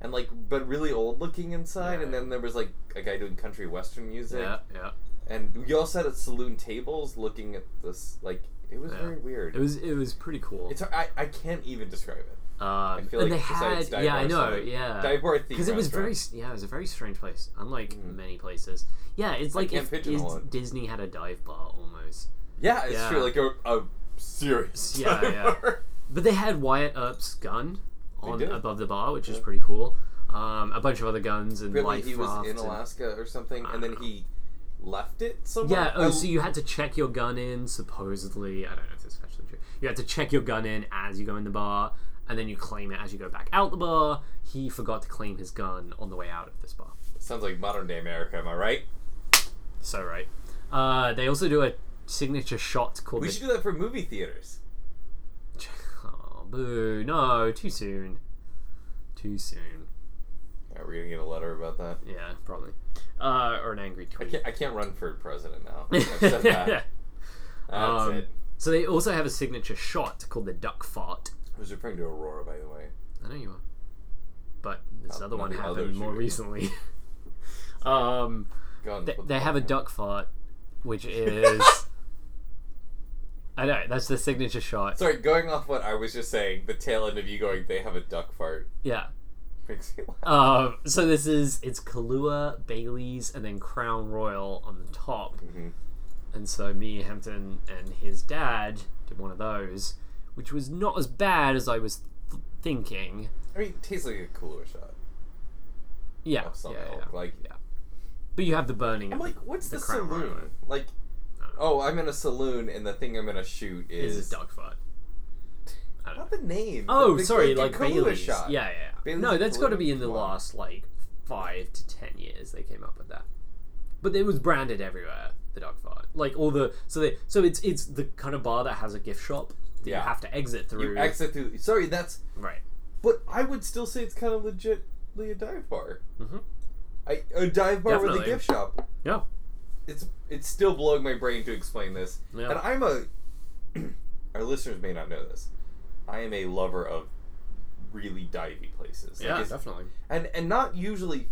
S1: and like but really old looking inside. And
S2: Yeah.
S1: then there was like a guy doing country western music.
S2: Yeah, yeah.
S1: And we all sat at saloon tables looking at this. Like it was
S2: Yeah.
S1: very weird.
S2: It was it was pretty cool.
S1: It's I, I can't even describe it.
S2: um,
S1: I feel
S2: and
S1: like
S2: they
S1: besides
S2: had
S1: dive
S2: yeah, I
S1: bar
S2: know
S1: saloon-
S2: yeah,
S1: Dive bar theme
S2: because it was very
S1: restaurant. Mm-hmm.
S2: s- yeah, it was a very strange place, unlike many places. Yeah, it's like
S1: can't
S2: if
S1: pigeonhole
S2: Dis-
S1: it.
S2: Disney had a dive bar almost.
S1: yeah, it's
S2: yeah.
S1: true. Like a, a serious
S2: Yeah,
S1: dive
S2: yeah.
S1: [laughs] bar.
S2: But they had Wyatt Earp's gun on
S1: did.
S2: above the bar, which is pretty cool. Um, a bunch of other guns and
S1: Apparently
S2: life
S1: he was
S2: raft
S1: in
S2: and-
S1: Alaska or something, and then he left it somewhere.
S2: Yeah. Oh,
S1: I-
S2: so you had to check your gun in. Supposedly, I don't know if it's actually true. You had to check your gun in as you go in the bar, and then you claim it as you go back out the bar. He forgot to claim his gun on the way out of this bar.
S1: sounds like modern day America. Am I right?
S2: So right. Uh, they also do a signature shot called.
S1: We
S2: the...
S1: should do that for movie theaters.
S2: [laughs] Oh, boo! No, too soon. Too soon.
S1: Yeah, we're gonna get a letter about that.
S2: Yeah, probably. Uh, or an angry
S1: I
S2: tweet.
S1: can't, I can't run for president
S2: [laughs]
S1: now. I've said that. That's
S2: Um,
S1: it.
S2: So they also have a signature shot called the duck fart.
S1: I was referring to Aurora, by the way.
S2: I know you are, but this
S1: Oh,
S2: other
S1: no,
S2: one
S1: the
S2: happened
S1: other
S2: more
S1: shooting.
S2: recently. [laughs] um,
S1: Go on,
S2: they,
S1: put the
S2: they have a
S1: button
S2: duck fart, which is I know that's the signature shot.
S1: on. Sorry, going off what I was just saying, the tail end of you going, they have a duck fart [laughs]
S2: Yeah.
S1: makes me laugh.
S2: Um, so this is it's Kahlua, Bailey's, and then Crown Royal on the top.
S1: Mhm.
S2: And so me, Hampton, and his dad did one of those, which was not as bad as I was th- thinking.
S1: I mean, it tastes like a cooler shot.
S2: Yeah,
S1: Of some
S2: yeah, yeah,
S1: ilk, like-
S2: yeah. But you have the burning.
S1: I'm
S2: of the-
S1: like, what's
S2: the
S1: the,
S2: Crown
S1: saloon?
S2: Royal.
S1: Like, oh, I'm in a saloon, and the thing I'm gonna shoot is,
S2: is a duck fart. I don't
S1: Not
S2: know.
S1: the name.
S2: Oh,
S1: the-
S2: sorry,
S1: the
S2: like
S1: Kahlua
S2: Bailey's.
S1: shot.
S2: Yeah, yeah. yeah.
S1: Bailey's
S2: no,
S1: and
S2: that's got to
S1: Kahlua,
S2: be in the
S1: come on.
S2: last like five to ten years they came up with that. But it was branded everywhere. The dog fart, like all the so they so it's it's the kind of bar that has a gift shop that you
S1: Yeah.
S2: have to exit through.
S1: You exit through. Sorry, that's.
S2: right.
S1: But I would still say it's kind of legitly a dive bar.
S2: Mhm.
S1: I, a dive bar with a
S2: Definitely.
S1: gift shop.
S2: Yeah.
S1: It's it's still blowing my brain to explain this.
S2: Yeah.
S1: And I'm a. [clears throat] our listeners may not know this. I am a lover of really divey places. Like, it's-
S2: definitely.
S1: and and not usually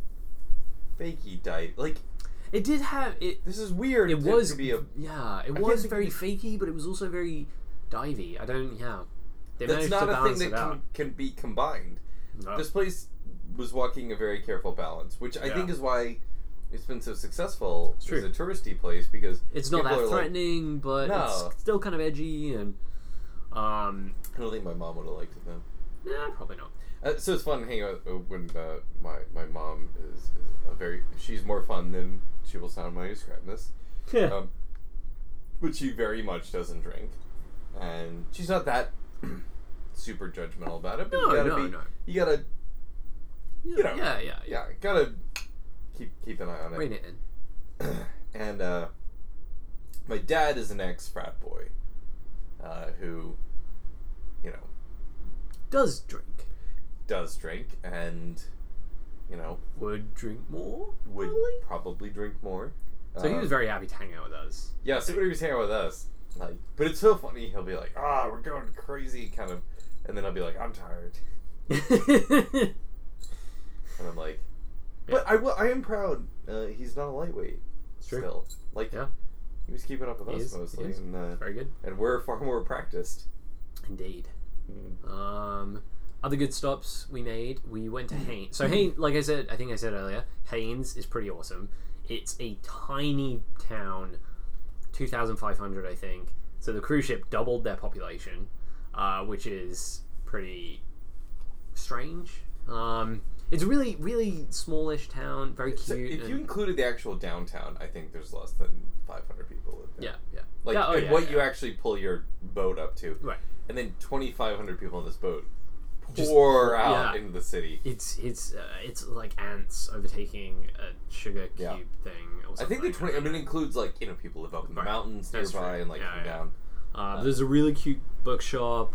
S1: fakey dive. Like
S2: It did have it.
S1: this is weird.
S2: It
S1: to-
S2: was
S1: to be a
S2: yeah. It
S1: I
S2: was
S1: think
S2: very
S1: it-
S2: fakey, but it was also very divey. I don't yeah. They
S1: That's
S2: managed to
S1: not a
S2: balance
S1: thing that
S2: it out.
S1: can, can be combined.
S2: No.
S1: This place was walking a very careful balance, which I
S2: Yeah.
S1: think is why it's been so successful
S2: It's
S1: as
S2: true.
S1: a touristy place because
S2: it's not
S1: people are
S2: that
S1: like-
S2: threatening, but
S1: No.
S2: it's still kind of edgy and um,
S1: I don't think my mom would have liked it though.
S2: nah, probably not.
S1: Uh, so it's fun hanging out uh, when uh, my my mom is, is a very she's more fun than she will sound when I describe this, um, but she very much doesn't drink, and she's not that [clears throat] super judgmental about it. But
S2: No,
S1: you gotta
S2: no,
S1: be,
S2: no.
S1: You gotta you know.
S2: yeah, yeah, yeah.
S1: yeah gotta keep keep an eye on it.
S2: Rein it in.
S1: [clears throat] and uh, my dad is an ex frat boy, uh, who, you know,
S2: Does drink.
S1: does drink and, you know,
S2: Would drink more?
S1: would
S2: Probably.
S1: probably, drink more.
S2: So he
S1: Um,
S2: was very happy to hang out with us.
S1: yeah. So when he was hanging out with us, like, but it's so funny. He'll be like, "Ah, we're going crazy," kind of, and then I'll be like, "I'm tired," and I'm like, "But I will. I am proud. Uh, he's not a lightweight.
S2: It's true.
S1: Still, like,
S2: Yeah.
S1: he was keeping up with
S2: He
S1: us
S2: is, he
S1: mostly,
S2: is.
S1: and uh,
S2: Very good.
S1: and we're far more practiced."
S2: Indeed.
S1: Hmm.
S2: Um, other good stops we made. We went
S1: Hmm.
S2: to Haynes. So Haynes, like I said, I think I said earlier, Haynes is pretty awesome. It's a tiny town, two thousand five hundred, I think. So the cruise ship doubled their population, uh, which is pretty strange. Um, it's a really, really smallish town. Very cute.
S1: So if you
S2: and-
S1: included the actual downtown, I think there's less than 500 people living there.
S2: yeah, yeah,
S1: Like
S2: Yeah, oh,
S1: and
S2: yeah,
S1: what
S2: yeah.
S1: you actually pull your boat up to.
S2: right.
S1: And then 2,500 people in this boat
S2: Just-
S1: pour out
S2: yeah.
S1: into the city.
S2: It's it's uh, it's like ants overtaking a sugar cube
S1: Yeah.
S2: thing. Or
S1: I
S2: something
S1: think the 20, I
S2: don't
S1: mean,
S2: know.
S1: it includes, like, you know, people live up in the
S2: Right.
S1: mountains
S2: That's
S1: nearby
S2: true.
S1: and, like,
S2: Yeah,
S1: come
S2: yeah.
S1: down.
S2: Uh, but there's a really cute bookshop.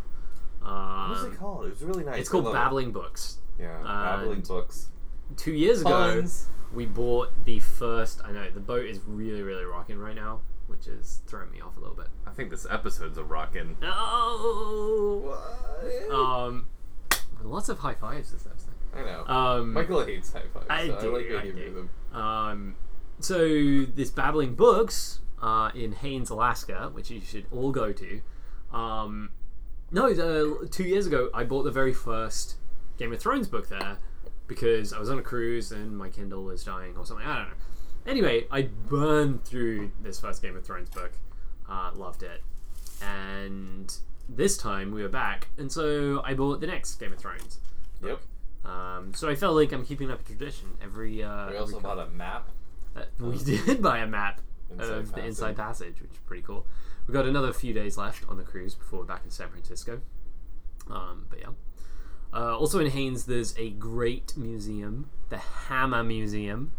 S1: What
S2: Um,
S1: was it called? It was really nice.
S2: It's
S1: I
S2: called
S1: love it.
S2: Babbling uh, Books.
S1: Yeah, Babbling
S2: and
S1: Books.
S2: Two years ago,
S1: Puns.
S2: we bought the first. I know the boat is really, really rocking right now, which is throwing me off a little bit.
S3: I think this episode's a rockin'.
S2: Oh,
S1: What?
S2: um, lots of high fives this episode.
S1: I know.
S2: Um,
S1: Michael hates high fives.
S2: I
S1: so
S2: do,
S1: I like when
S2: I
S1: you
S2: do.
S1: do them.
S2: Um, so this Babbling Books uh, in Haines, Alaska, which you should all go to. Um, no, the, two years ago I bought the very first Game of Thrones book there because I was on a cruise and my Kindle was dying or something. I don't know. Anyway, I burned through this first Game of Thrones book. Uh, loved it, and this time we were back, and so I bought the next Game of Thrones.
S1: Yep.
S2: Um, so I felt like I'm keeping up a tradition every. Uh,
S1: We
S2: every
S1: also
S2: couple-
S1: bought a map.
S2: uh, we did [laughs] buy a map
S1: Oh. Inside
S2: of the
S1: Passage.
S2: Inside Passage, which is pretty cool. We've got another few days left on the cruise before we're back in San Francisco. Um, but yeah. Uh, also in Haines, there's a great museum, the Hammer Museum,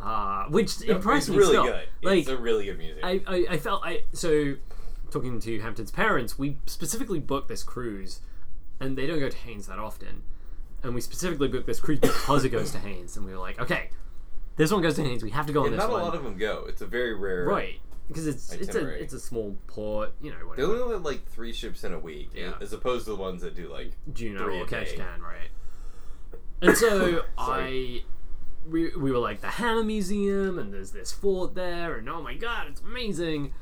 S2: uh, which impressed
S1: it's
S2: me
S1: really
S2: still.
S1: good.
S2: Like,
S1: it's a really good museum.
S2: I, I, I felt I so talking to Hampton's parents, we specifically booked this cruise, and they don't go to Haynes that often, and we specifically booked this cruise because it goes to Haynes, and we were like, okay, this one goes to Haynes, we have to go on
S1: And
S2: this
S1: not
S2: one,
S1: a lot of them go. It's a very rare.
S2: right? Because it's it's a
S1: Itinerary.
S2: it's a small port, you know,
S1: They
S2: whatever,
S1: only let like three ships in a week,
S2: Yeah.
S1: as opposed to the ones that do like.
S2: Juno
S1: three
S2: or
S1: a day.
S2: Ketchikan, right? And so I.
S1: [laughs] Sorry.
S2: We, we were like the Hammer Museum, and there's this fort there, and oh my god, it's amazing.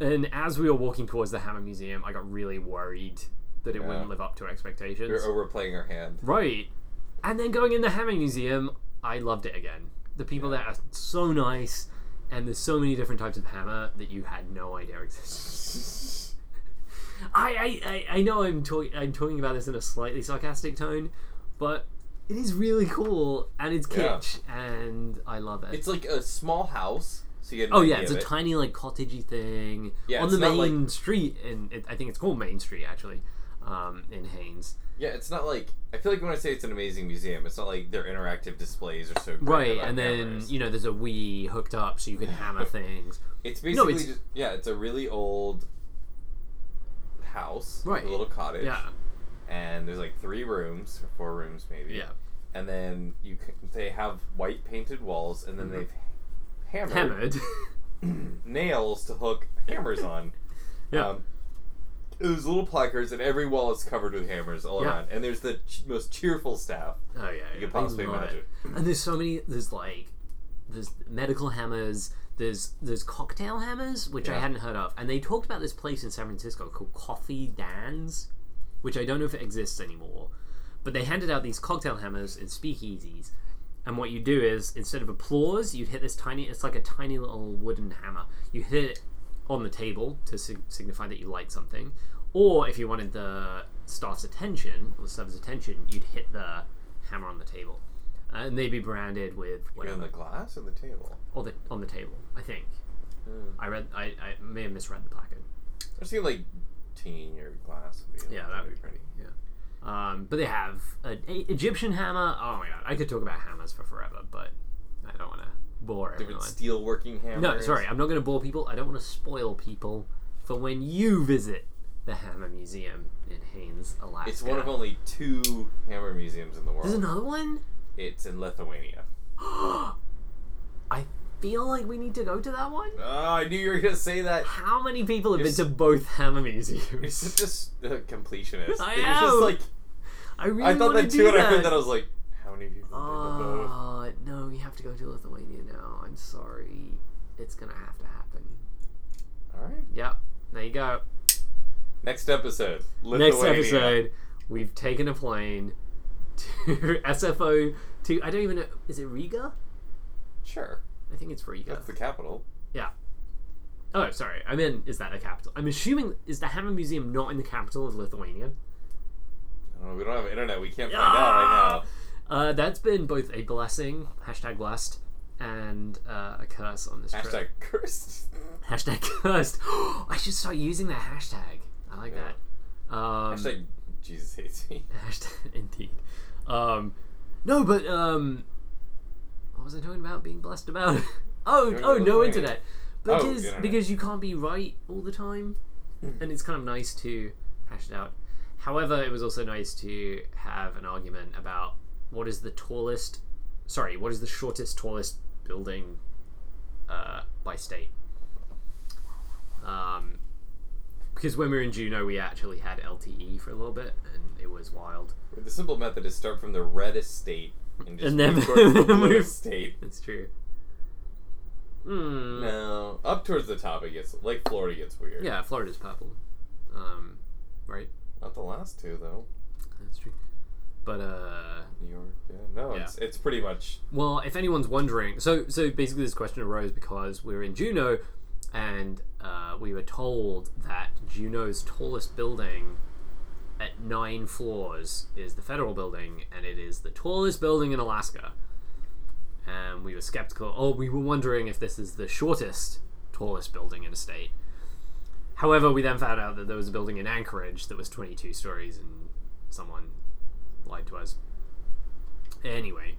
S2: And as we were walking towards the Hammer Museum, I got really worried that it
S1: Yeah.
S2: wouldn't live up to expectations.
S1: We're overplaying our
S2: [laughs]
S1: hand.
S2: Right. And then going in the Hammer Museum, I loved it again. The people there are so nice, and there's so many different types of hammer that you had no idea existed. I, I, I, I know I'm talking I'm talking about this in a slightly sarcastic tone, but it is really cool and it's
S1: Yeah.
S2: kitsch and I love it.
S1: It's like a small house, so you get. An
S2: oh yeah,
S1: idea
S2: it's
S1: of
S2: a
S1: it.
S2: tiny like cottagey thing
S1: Yeah,
S2: on
S1: it's
S2: the
S1: not like-
S2: main street, and it, I think it's called Main Street actually, um, in Haynes.
S1: Yeah, it's not like I feel like when I say it's an amazing museum, it's not like their interactive displays are so. great
S2: Right,
S1: about
S2: and then
S1: cameras.
S2: you know there's a Wii hooked up so you
S1: [laughs]
S2: can hammer things.
S1: it's basically
S2: it's-
S1: just yeah, it's a really old house, like
S2: Right.
S1: a little cottage,
S2: Yeah,
S1: and there's like three rooms or four rooms maybe,
S2: yeah,
S1: and then you c they have white painted walls, and then
S2: Mhm.
S1: they've hammered,
S2: hammered. [laughs]
S1: nails to hook hammers on.
S2: yeah,
S1: Um, there's little placards, and every wall is covered with hammers all
S2: Yeah.
S1: around. And there's the ch- most cheerful staff.
S2: oh yeah, you
S1: could possibly imagine.
S2: And there's so many. There's like there's medical hammers. There's there's cocktail hammers, which I
S1: Yeah.
S2: hadn't heard of, and they talked about this place in San Francisco called Coffee Dan's, which I don't know if it exists anymore. But they handed out these cocktail hammers in speakeasies, and what you do is instead of applause, you hit this tiny. It's like a tiny little wooden hammer. You hit it on the table to sig- signify that you like something, or if you wanted the staff's attention or the server's attention, you'd hit the hammer on the table, and they'd be branded with
S1: Wait, on
S2: whatever
S1: the glass or the table?
S2: on the on the table. I think
S1: Hmm.
S2: I read. I, I may have misread the placard.
S1: I just think like teen your glass would be
S2: Yeah, that would be pretty. Yeah. Um, but they have an a- Egyptian hammer. Oh my god, I could talk about hammers for forever, but I don't want to bore
S1: Different
S2: everyone.
S1: steel working hammers.
S2: No, sorry, I'm not going to bore people. I don't want to spoil people for when you visit the Hammer Museum in Haines, Alaska.
S1: It's one of only two hammer museums in the world.
S2: There's another one.
S1: It's in Lithuania.
S2: I feel like we need to go to that one.
S1: Ah, I knew you were gonna say that.
S2: How many people have been
S1: It's-
S2: to both Hammer museums?
S1: You're such a s- a completionist.
S2: I
S1: It's just
S2: am.
S1: like
S2: I really
S1: I thought
S2: wanna
S1: that
S2: do
S1: too, and I
S2: that.
S1: heard that I was like, how many people did the both?
S2: Uh, no, we have to go to Lithuania now. I'm sorry. It's gonna have to happen.
S1: All right.
S2: Yep. There you go.
S1: Next episode.
S2: Next
S1: Lithuania.
S2: episode, we've taken a plane to [laughs] SFO to I don't even know is it Riga?
S1: Sure.
S2: I think it's Riga.
S1: That's the capital.
S2: Oh, sorry. I mean, is that the capital? I'm assuming is the Hammer Museum not in the capital of Lithuania?
S1: I don't know, we don't have internet. We can't find out right
S2: Uh, that's been both a blessing, hashtag blessed, and uh, a curse on this
S1: now. Hashtag
S2: trip.
S1: cursed.
S2: Hashtag [laughs] cursed. [gasps] I should start using that hashtag. I like
S1: Yeah.
S2: that. Um,
S1: Hashtag Jesus hates me.
S2: Hashtag- [laughs] Indeed. Um, no, but um, what was I talking about? Being blessed about? [laughs] oh,
S1: You're
S2: oh,
S1: not
S2: no
S1: listening.
S2: internet.
S1: Oh,
S2: Because
S1: internet.
S2: because you can't be right all the time, and it's kind of nice to hash it out. However, it was also nice to have an argument about what is the tallest, sorry, what is the shortest tallest building uh, by state. Um, because when we were in Juneau, we actually had LTE for a little bit, and it was wild.
S1: The simple method is start from the reddest state and just
S2: And then-
S1: move towards
S2: [laughs]
S1: the
S2: move-
S1: bluest state.
S2: It's true. Mm,
S1: No, up towards the top it gets like Florida gets weird.
S2: Yeah, Florida's purple. Um, right?
S1: Not the last two though.
S2: That's true. But uh,
S1: New York. Yeah. No, it's it's pretty much
S2: well, if anyone's wondering, so so basically, this question arose because we were in Juneau, and uh, we were told that Juneau's tallest building at nine floors is the federal building, and it is the tallest building in Alaska. And we were skeptical. Oh, we were wondering if this is the shortest, tallest building in a state. However, we then found out that there was a building in Anchorage that was 22 stories, and someone lied to us. Anyway,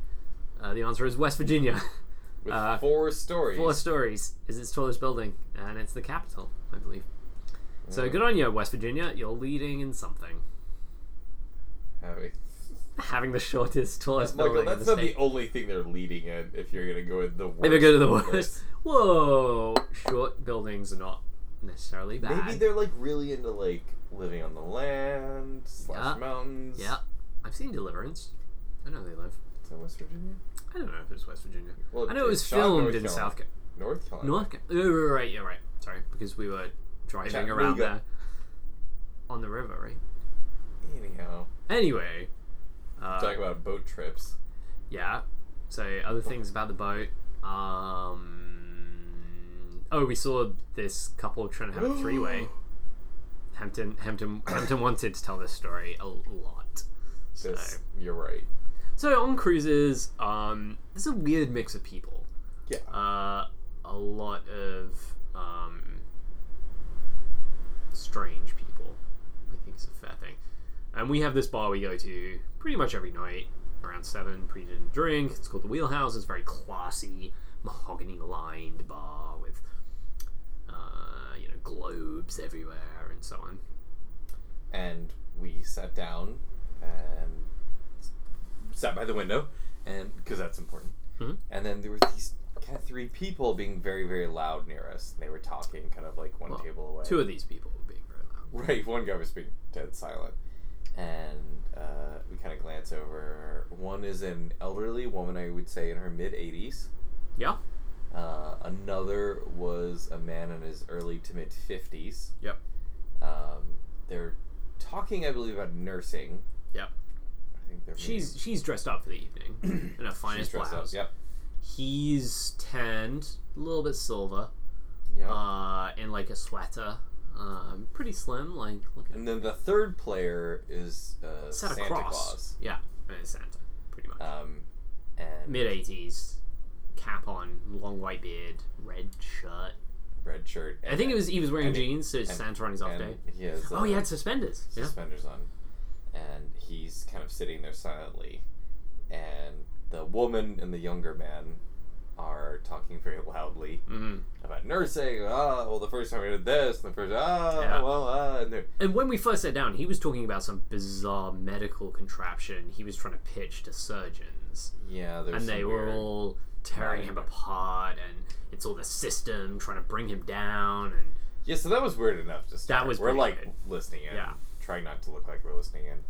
S2: uh, the answer is West Virginia. [laughs]
S1: with
S2: Uh,
S1: four stories.
S2: Four stories is its tallest building, and it's the capital, I believe. So
S1: Mm.
S2: good on you, West Virginia. You're leading in something. [laughs]
S1: Having- [laughs]
S2: Having the shortest, tallest
S1: Michael,
S2: building in
S1: that's
S2: the
S1: not the
S2: state.
S1: only thing they're leading in. If you're gonna go with the worst,
S2: If we go to the
S1: of the
S2: worst, whoa! Short buildings are not necessarily bad.
S1: maybe they're like really into like living on the land slash
S2: Yeah.
S1: mountains.
S2: Yeah, I've seen Deliverance. I know they live.
S1: Is that West Virginia?
S2: I don't know if it's West Virginia.
S1: Well,
S2: I know it was
S1: it's shot in
S2: filmed
S1: North
S2: in South Ca-
S1: North Carolina.
S2: North. Ca- oh, right, right, yeah, right. Sorry, because we were driving around
S1: Chattanooga.
S2: there on the river, right?
S1: Anyhow,
S2: Anyway, uh,
S1: talk about boat trips.
S2: Yeah. So other things about the boat. Um, oh, we saw this couple trying to have a three-way. Hampton, Hampton, Hampton wanted to tell this story a lot. So,
S1: This, you're right.
S2: so on cruises, um, there's a weird mix of people.
S1: Yeah.
S2: Uh, a lot of um, strange people. I think is a fair thing. And we have this bar we go to pretty much every night around seven. Pretty didn't drink. It's called the Wheelhouse. It's a very classy, mahogany-lined bar with uh, you know globes everywhere and so on.
S1: and we sat down and sat by the window and because that's important
S2: Mhm.
S1: and then there were these kind of three people being very very loud near us and they were talking kind of like one
S2: Well,
S1: table away
S2: Two of these people were being very loud.
S1: right one guy was being dead silent and uh, we kind of glance over one is an elderly woman i would say in her mid 80s
S2: Yeah.
S1: uh, another was a man in his early to mid 50s
S2: Yep.
S1: um, they're talking, I believe, about nursing.
S2: Yeah.
S1: I think they're
S2: She's she's dressed up for the
S1: [clears throat]
S2: evening in her
S1: maybe- she's
S2: finest
S1: dressed up.
S2: blouse.
S1: Yep.
S2: He's tanned, a little bit silver,
S1: Yeah.
S2: uh, in like a sweater. Um, pretty slim, like like a
S1: and then the third player is uh,
S2: Santa,
S1: Santa,
S2: Claus. Yeah, uh, Santa, pretty much.
S1: Claus. Um, and
S2: Mid eighties, cap on, long white beard, red shirt.
S1: red shirt.
S2: I think it was he was wearing
S1: and-
S2: jeans, so it's
S1: and-
S2: Santa on his off
S1: and
S2: day.
S1: He has,
S2: Oh, he
S1: uh,
S2: had suspenders. Yeah.
S1: suspenders on, and he's kind of sitting there silently, and the woman and the younger man are talking very loudly
S2: Mm.
S1: about nursing. Ah, well, the first time I did this, and the first ah,
S2: Yeah.
S1: well, ah, and they're
S2: And when we first sat down, he was talking about some bizarre medical contraption he was trying to pitch to surgeons.
S1: yeah, there's
S2: and they
S1: some
S2: were
S1: weird-
S2: all tearing him
S1: Right.
S2: apart, and it's all the system trying to bring him down. And
S1: yeah. So that was weird enough. Just that
S2: was
S1: we're
S2: pretty
S1: like
S2: weird.
S1: listening in,
S2: Yeah.
S1: trying not to look like we're listening in,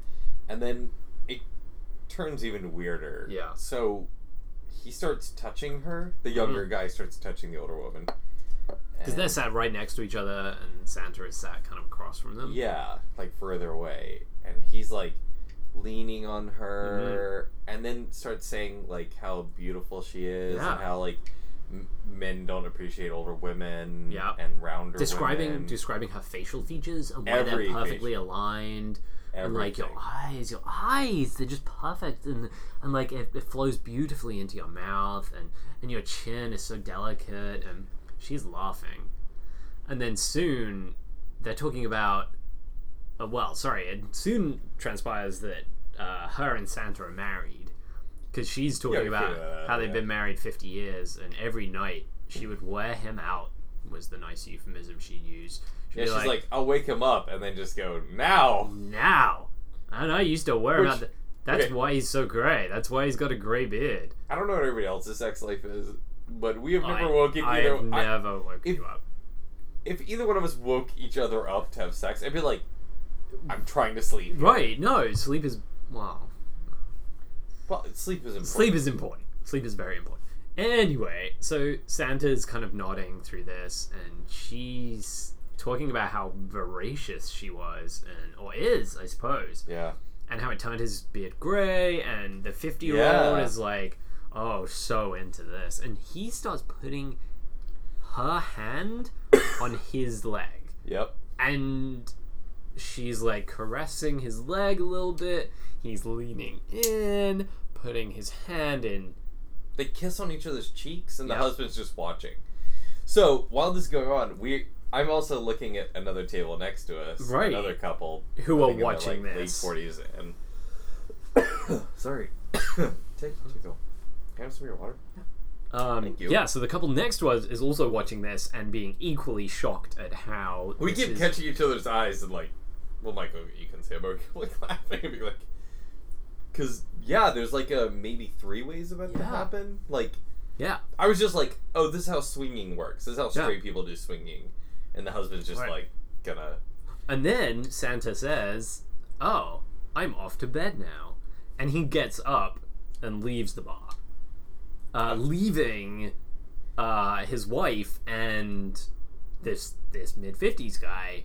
S1: and then it turns even weirder.
S2: Yeah.
S1: So. He starts touching her. The younger
S2: Mm.
S1: guy starts touching the older woman.
S2: because they're
S1: And-
S2: sat right next to each other, and Santa is sat kind of across from them.
S1: Yeah, like further away. And he's like leaning on her
S2: Mm-hmm.
S1: and then starts saying like how beautiful she is
S2: Yeah.
S1: and how like m- men don't appreciate older women
S2: Yeah.
S1: and rounder
S2: Describing
S1: women.
S2: describing her facial features and why
S1: Every
S2: they're perfectly aligned, and like your
S1: everything.
S2: eyes, your eyes, they're just perfect, and and like it, it flows beautifully into your mouth, and and your chin is so delicate, and she's laughing, and then soon they're talking about, uh, well, sorry, it soon transpires that uh, her and Santa are married, because she's
S1: Yeah,
S2: talking
S1: we
S2: about
S1: figured that out,
S2: how they've
S1: yeah.
S2: been married fifty years, and every night she would wear him out was the nice euphemism she used. She'd
S1: Yeah,
S2: be
S1: she's like, I'll wake him up and then just go, now.
S2: now. And I used to worry
S1: Which-
S2: about that. That's
S1: okay.
S2: why he's so gray. That's why he's got a gray beard.
S1: I don't know what everybody else's sex life is, but we have never
S2: I,
S1: woken
S2: I
S1: either.
S2: have
S1: I-
S2: never woken
S1: if-
S2: you up.
S1: if either one of us woke each other up to have sex, I'd be like, I'm trying to sleep.
S2: Right? No, sleep is wow.
S1: Well, sleep is important.
S2: Sleep is important. Sleep is very important. Anyway, so Santa's kind of nodding through this, and she's talking about how voracious she was, and or is, I suppose.
S1: Yeah.
S2: and how it turned his beard gray and the 50 year old
S1: Yeah.
S2: is like oh so into this and he starts putting her
S1: [coughs]
S2: hand on his leg
S1: Yep.
S2: and she's like caressing his leg a little bit he's leaning in putting his hand in
S1: they kiss on each other's cheeks and
S2: Yeah.
S1: the husband's just watching so while this is going on we i'm also looking at another table next to us
S2: Right.
S1: another couple
S2: Who
S1: I
S2: are
S1: think in their,
S2: watching
S1: like,
S2: this.
S1: late 40s [coughs] and [coughs] sorry take take a- can I have some of your water?
S2: um,
S1: Thank you.
S2: yeah so the couple next to us is also watching this and being equally shocked at how
S1: We
S2: this
S1: keep
S2: is-
S1: catching each other's eyes and like, well, Michael, you can say, it, but we keep [laughs] like laughing and be like, because yeah, there's like a maybe three ways of it to
S2: Yeah.
S1: happen. Like,
S2: yeah
S1: I was just like, oh, this is how swinging works. This is how
S2: Yeah.
S1: straight people do swinging, and the husband's just
S2: Right.
S1: like gonna
S2: And then Santa says, Oh, I'm off to bed now. And he gets up and leaves the bar, uh, leaving uh, his wife and this this mid 50s guy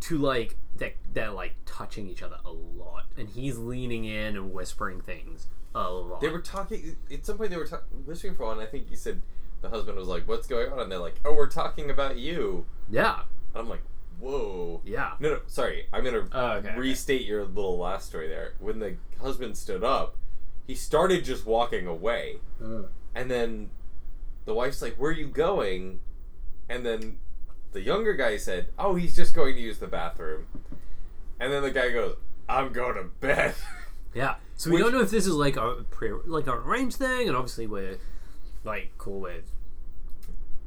S2: to like, they're, they're like touching each other a lot. And he's leaning in and whispering things a lot.
S1: They were talking at some point. They were ta- whispering for a while, and I think you said the husband was like, "What's going on?" And they're like, "Oh, we're talking about you."
S2: yeah,
S1: And I'm like, "Whoa."
S2: yeah.
S1: No, no, sorry. I'm gonna
S2: Oh, okay, okay.
S1: restate your little last story there. When the husband stood up, he started just walking away,
S2: Mm.
S1: and then the wife's like, "Where are you going?" And then the younger guy said, "Oh, he's just going to use the bathroom." And then the guy goes, "I'm going to bed." [laughs]
S2: Yeah. So we
S1: Which-
S2: don't know if this is like a pre like a arranged thing, and obviously we're like cool with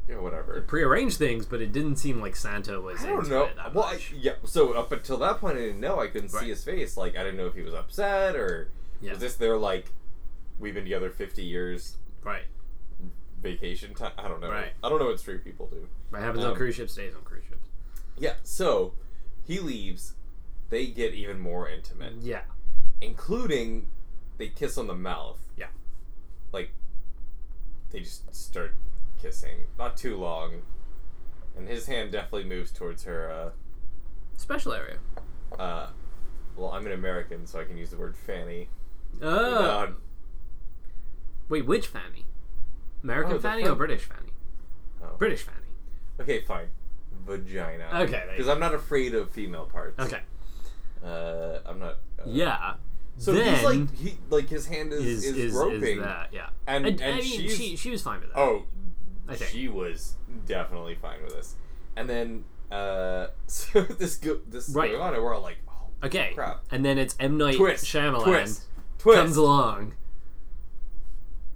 S1: yeah, whatever.
S2: prearranged things, but it didn't seem like Santa was.
S1: I don't
S2: into
S1: know.
S2: It that
S1: Well, I,
S2: much.
S1: yeah. So up until that point, I didn't know. I couldn't
S2: Right.
S1: see his face. Like I didn't know if he was upset or
S2: Yeah.
S1: was this their like we've been together fifty years
S2: right.
S1: vacation time? I don't know.
S2: Right.
S1: I don't know what straight people do.
S2: What happens on
S1: Um,
S2: cruise ships stays on cruise ships.
S1: Yeah. So he leaves. They get even more intimate,
S2: Yeah.
S1: including they kiss on the mouth.
S2: Yeah.
S1: Like they just start kissing. Not too long, and his hand definitely moves towards her. Uh,
S2: Special area.
S1: uh, Well, I'm an American, so I can use the word fanny.
S2: Oh.
S1: without-
S2: Wait, which fanny? American
S1: Oh, the
S2: fanny or
S1: front.
S2: British fanny?
S1: oh.
S2: British fanny.
S1: Okay, fine. Vagina.
S2: Okay, there you
S1: Because
S2: go.
S1: I'm not afraid of female parts.
S2: Okay.
S1: Uh, I'm not. Uh,
S2: Yeah.
S1: So
S2: then
S1: he's like he like his hand is is,
S2: is, is, is
S1: groping.
S2: that, yeah.
S1: And-
S2: I, I
S1: and
S2: mean,
S1: she's-
S2: she, she was fine with that.
S1: Oh,
S2: I think.
S1: she was definitely fine with this. And then uh, [laughs] so this go- this
S2: Right.
S1: going on, and we're all like, oh,
S2: okay.
S1: crap.
S2: And then it's M. Night
S1: twist,
S2: Shyamalan
S1: twist, twist.
S2: comes along.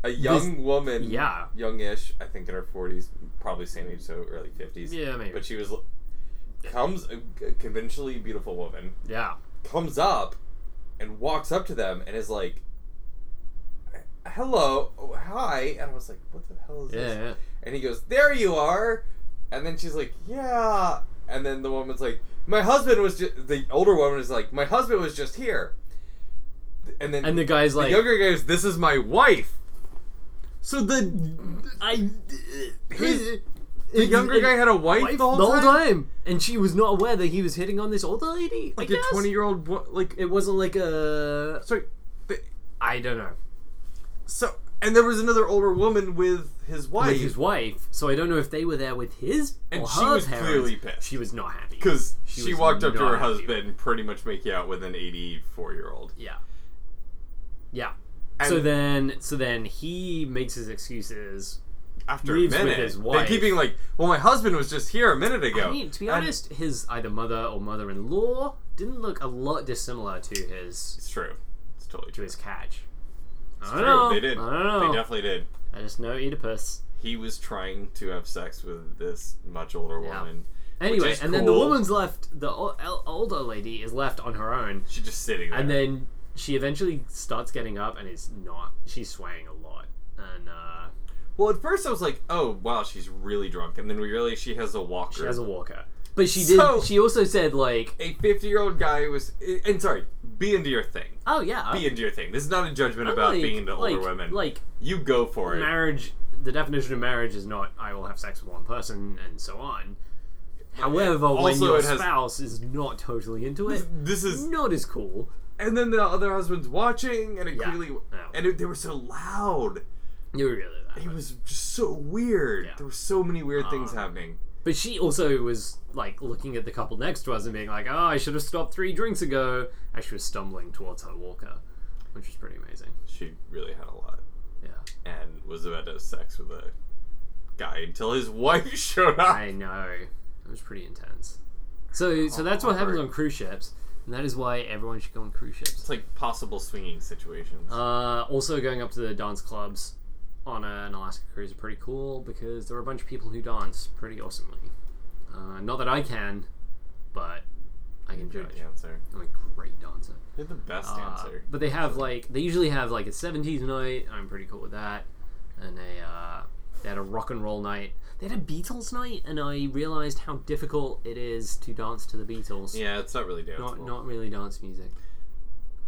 S1: a young woman,
S2: yeah.
S1: youngish, I think in her forties, probably same age, so early fifties.
S2: Yeah, maybe.
S1: But she was l- comes a g- conventionally beautiful woman
S2: Yeah.
S1: comes up and walks up to them and is like, "Hello, oh, hi," and I was like, "What the hell is
S2: Yeah,
S1: this?"
S2: yeah.
S1: And he goes, "There you are," and then she's like, "Yeah," and then the woman's like, "My husband was just." The older woman is like, "My husband was just here," and then
S2: And the guy's like,
S1: younger guy goes, "This is my wife."
S3: So the
S2: I.
S1: His- The younger guy had a wife, the whole time.
S2: and she was not aware that he was hitting on this older lady.
S3: like
S2: I
S3: a
S2: guess?
S3: twenty year old like
S2: It wasn't like a.
S3: sorry, the,
S2: I don't know.
S3: so and there was another older woman with his wife.
S2: With his wife, so I don't know if they were there with his
S1: And
S2: or
S1: she
S2: her
S1: was
S2: parents.
S1: clearly pissed.
S2: She was not happy.
S1: Because
S2: She
S1: she,
S2: was
S1: walked up to
S2: not
S1: her
S2: happy.
S1: husband, pretty much making out with an 84 year old.
S2: Yeah. Yeah.
S1: And-
S2: so then, so then he makes his excuses.
S1: after
S2: Leaves
S1: a
S2: with
S1: minute.
S2: his
S1: They
S2: wife.
S1: keep being like, "Well, my husband was just here a minute ago."
S2: I mean, to be
S1: And
S2: honest, his either mother or mother-in-law didn't look a lot dissimilar to his
S1: it's true. It's totally
S2: to
S1: true.
S2: his catch. I don't
S1: True,
S2: know.
S1: They did.
S2: I don't know.
S1: They definitely did.
S2: I just know Oedipus.
S1: He was trying to have sex with this much older
S2: Yeah.
S1: woman.
S2: Anyway,
S1: is
S2: and then the
S1: cool.
S2: woman's left. The o- el- older lady is left on her own,
S1: She's just sitting there.
S2: and then she eventually starts getting up and is not. She's swaying a lot, and uh,
S1: well, at first I was like, "Oh, wow, she's really drunk," and then we realize she has a walker.
S2: she has a walker. But she did.
S1: So-
S2: she also said like,
S1: a fifty-year-old guy was, and sorry, be into your thing.
S2: "Oh yeah,
S1: Be into your thing. This is not a judgment
S2: I'm
S1: about
S2: like-
S1: being into
S2: like,
S1: older women.
S2: Like
S1: you go for it.
S2: marriage, the definition of marriage is not I will have sex with one person and so on. However, when
S1: Also,
S2: your
S1: it has-
S2: spouse is not totally
S1: [laughs]
S2: into it,
S1: this is
S2: not as cool.
S1: and then the other husband's watching, and it
S2: Yeah.
S1: clearly,
S2: No.
S1: and it, they were so loud.
S2: You really that.
S1: It was just so weird.
S2: Yeah.
S1: There were so many weird things
S2: Um,
S1: happening.
S2: But she also was like looking at the couple next to us and being like, "Oh, I should have stopped three drinks ago." As she was stumbling towards her walker, which was pretty amazing.
S1: She really had a lot
S2: Yeah,
S1: and was about to have sex with a guy until his [laughs] wife showed up.
S2: I know it was pretty intense. So, so that's what happens on cruise ships, and that is why everyone should go on cruise ships.
S1: It's like possible swinging situations.
S2: Uh, also, going up to the dance clubs on a, an Alaska cruise are pretty cool because there are a bunch of people who dance pretty awesomely. Uh, not that I can, but I can
S1: Good
S2: judge.
S1: dancer.
S2: I'm a great dancer.
S1: You're the best
S2: Uh,
S1: dancer.
S2: but they have like they usually have like a seventies night. I'm pretty cool with that. And they uh, they had a rock and roll night. They had a Beatles night, and I realized how difficult it is to dance to the Beatles.
S1: Yeah, it's not really
S2: Not
S1: danceable.
S2: not really dance music.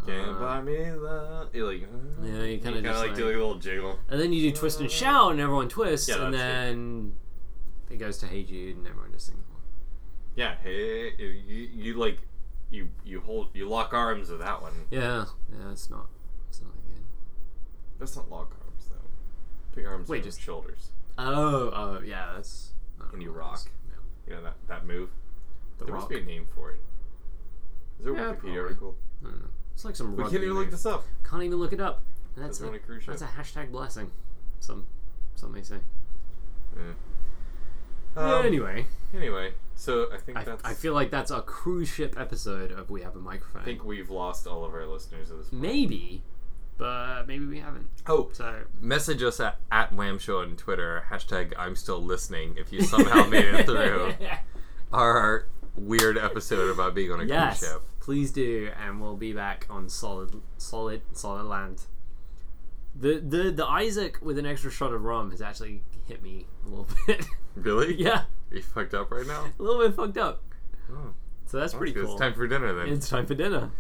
S1: Can't
S2: Uh,
S1: buy me love. You're like, "Uh."
S2: Yeah, you
S1: you
S2: kinda
S1: kind of
S2: just
S1: like
S2: like-
S1: do like a little jiggle.
S2: And then you do twist and shout, and everyone twists,
S1: Yeah,
S2: and
S1: that's it.
S2: then it goes to Hey Jude, and everyone just sings. along.
S1: Yeah, hey, you, you, you like, you you hold, you lock arms with that one.
S2: Yeah, yeah, it's not, it's not that good.
S1: That's not lock arms though. Put your arms
S2: Wait,
S1: on
S2: just-
S1: your shoulders.
S2: Oh, oh, yeah, that's. I don't
S1: And
S2: know
S1: you
S2: what it is.
S1: rock.
S2: Yeah.
S1: You know that that move.
S2: The
S1: There
S2: rock.
S1: must be a name for it. Is there a
S2: Yeah,
S1: Wikipedia
S2: probably.
S1: article?
S2: I don't know. It's like some.
S1: We
S2: rugby
S1: can't even look
S2: name.
S1: this up.
S2: Can't even look it up. That's
S1: That's
S2: a,
S1: on a cruise ship.
S2: that's a hashtag blessing. Some, some may say.
S1: Um,
S2: anyway,
S1: Anyway, so I think
S2: I,
S1: that's.
S2: I feel like that's our cruise ship episode of We Have a Microphone.
S1: I think we've lost all of our listeners at this
S2: Mm.
S1: point.
S2: maybe, but maybe we haven't.
S3: oh,
S2: So
S3: message us at, at Wham Show on Twitter hashtag I'm still listening if you somehow
S2: [laughs]
S3: made it through our weird episode about being on a
S2: Yes,
S3: cruise ship.
S2: please do, and we'll be back on solid, solid, solid land. The the the Isaac with an extra shot of rum has actually hit me a little [laughs] bit.
S3: Really?
S2: yeah,
S3: Are you fucked up right now?
S2: a little bit fucked up.
S3: Oh,
S2: So that's pretty
S3: good.
S2: cool.
S3: It's time for dinner then.
S2: It's time for dinner.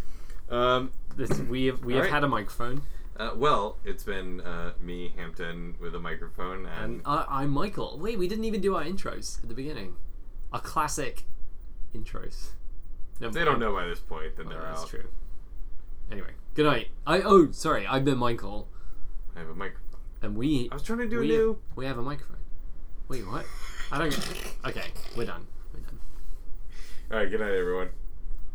S1: Um,
S2: This, we have we have
S1: Alright.
S2: had a microphone,
S1: uh, well, it's been uh, me, Hampton, with a microphone,
S2: and
S1: and
S2: I, Uh, I'm Michael. Wait, we didn't even do our intros at the beginning. Our classic intros. Never
S1: they don't
S2: mind.
S1: know by this point that
S2: Oh,
S1: they're
S2: that's
S1: out.
S2: true. Anyway, good night. I oh sorry, I've been Michael,
S1: I have a microphone.
S2: and we
S1: I was trying to do
S2: we,
S1: a new.
S2: we have a microphone. Wait, what? I don't. get- Okay, we're done. We're done.
S1: All right. Good night, everyone.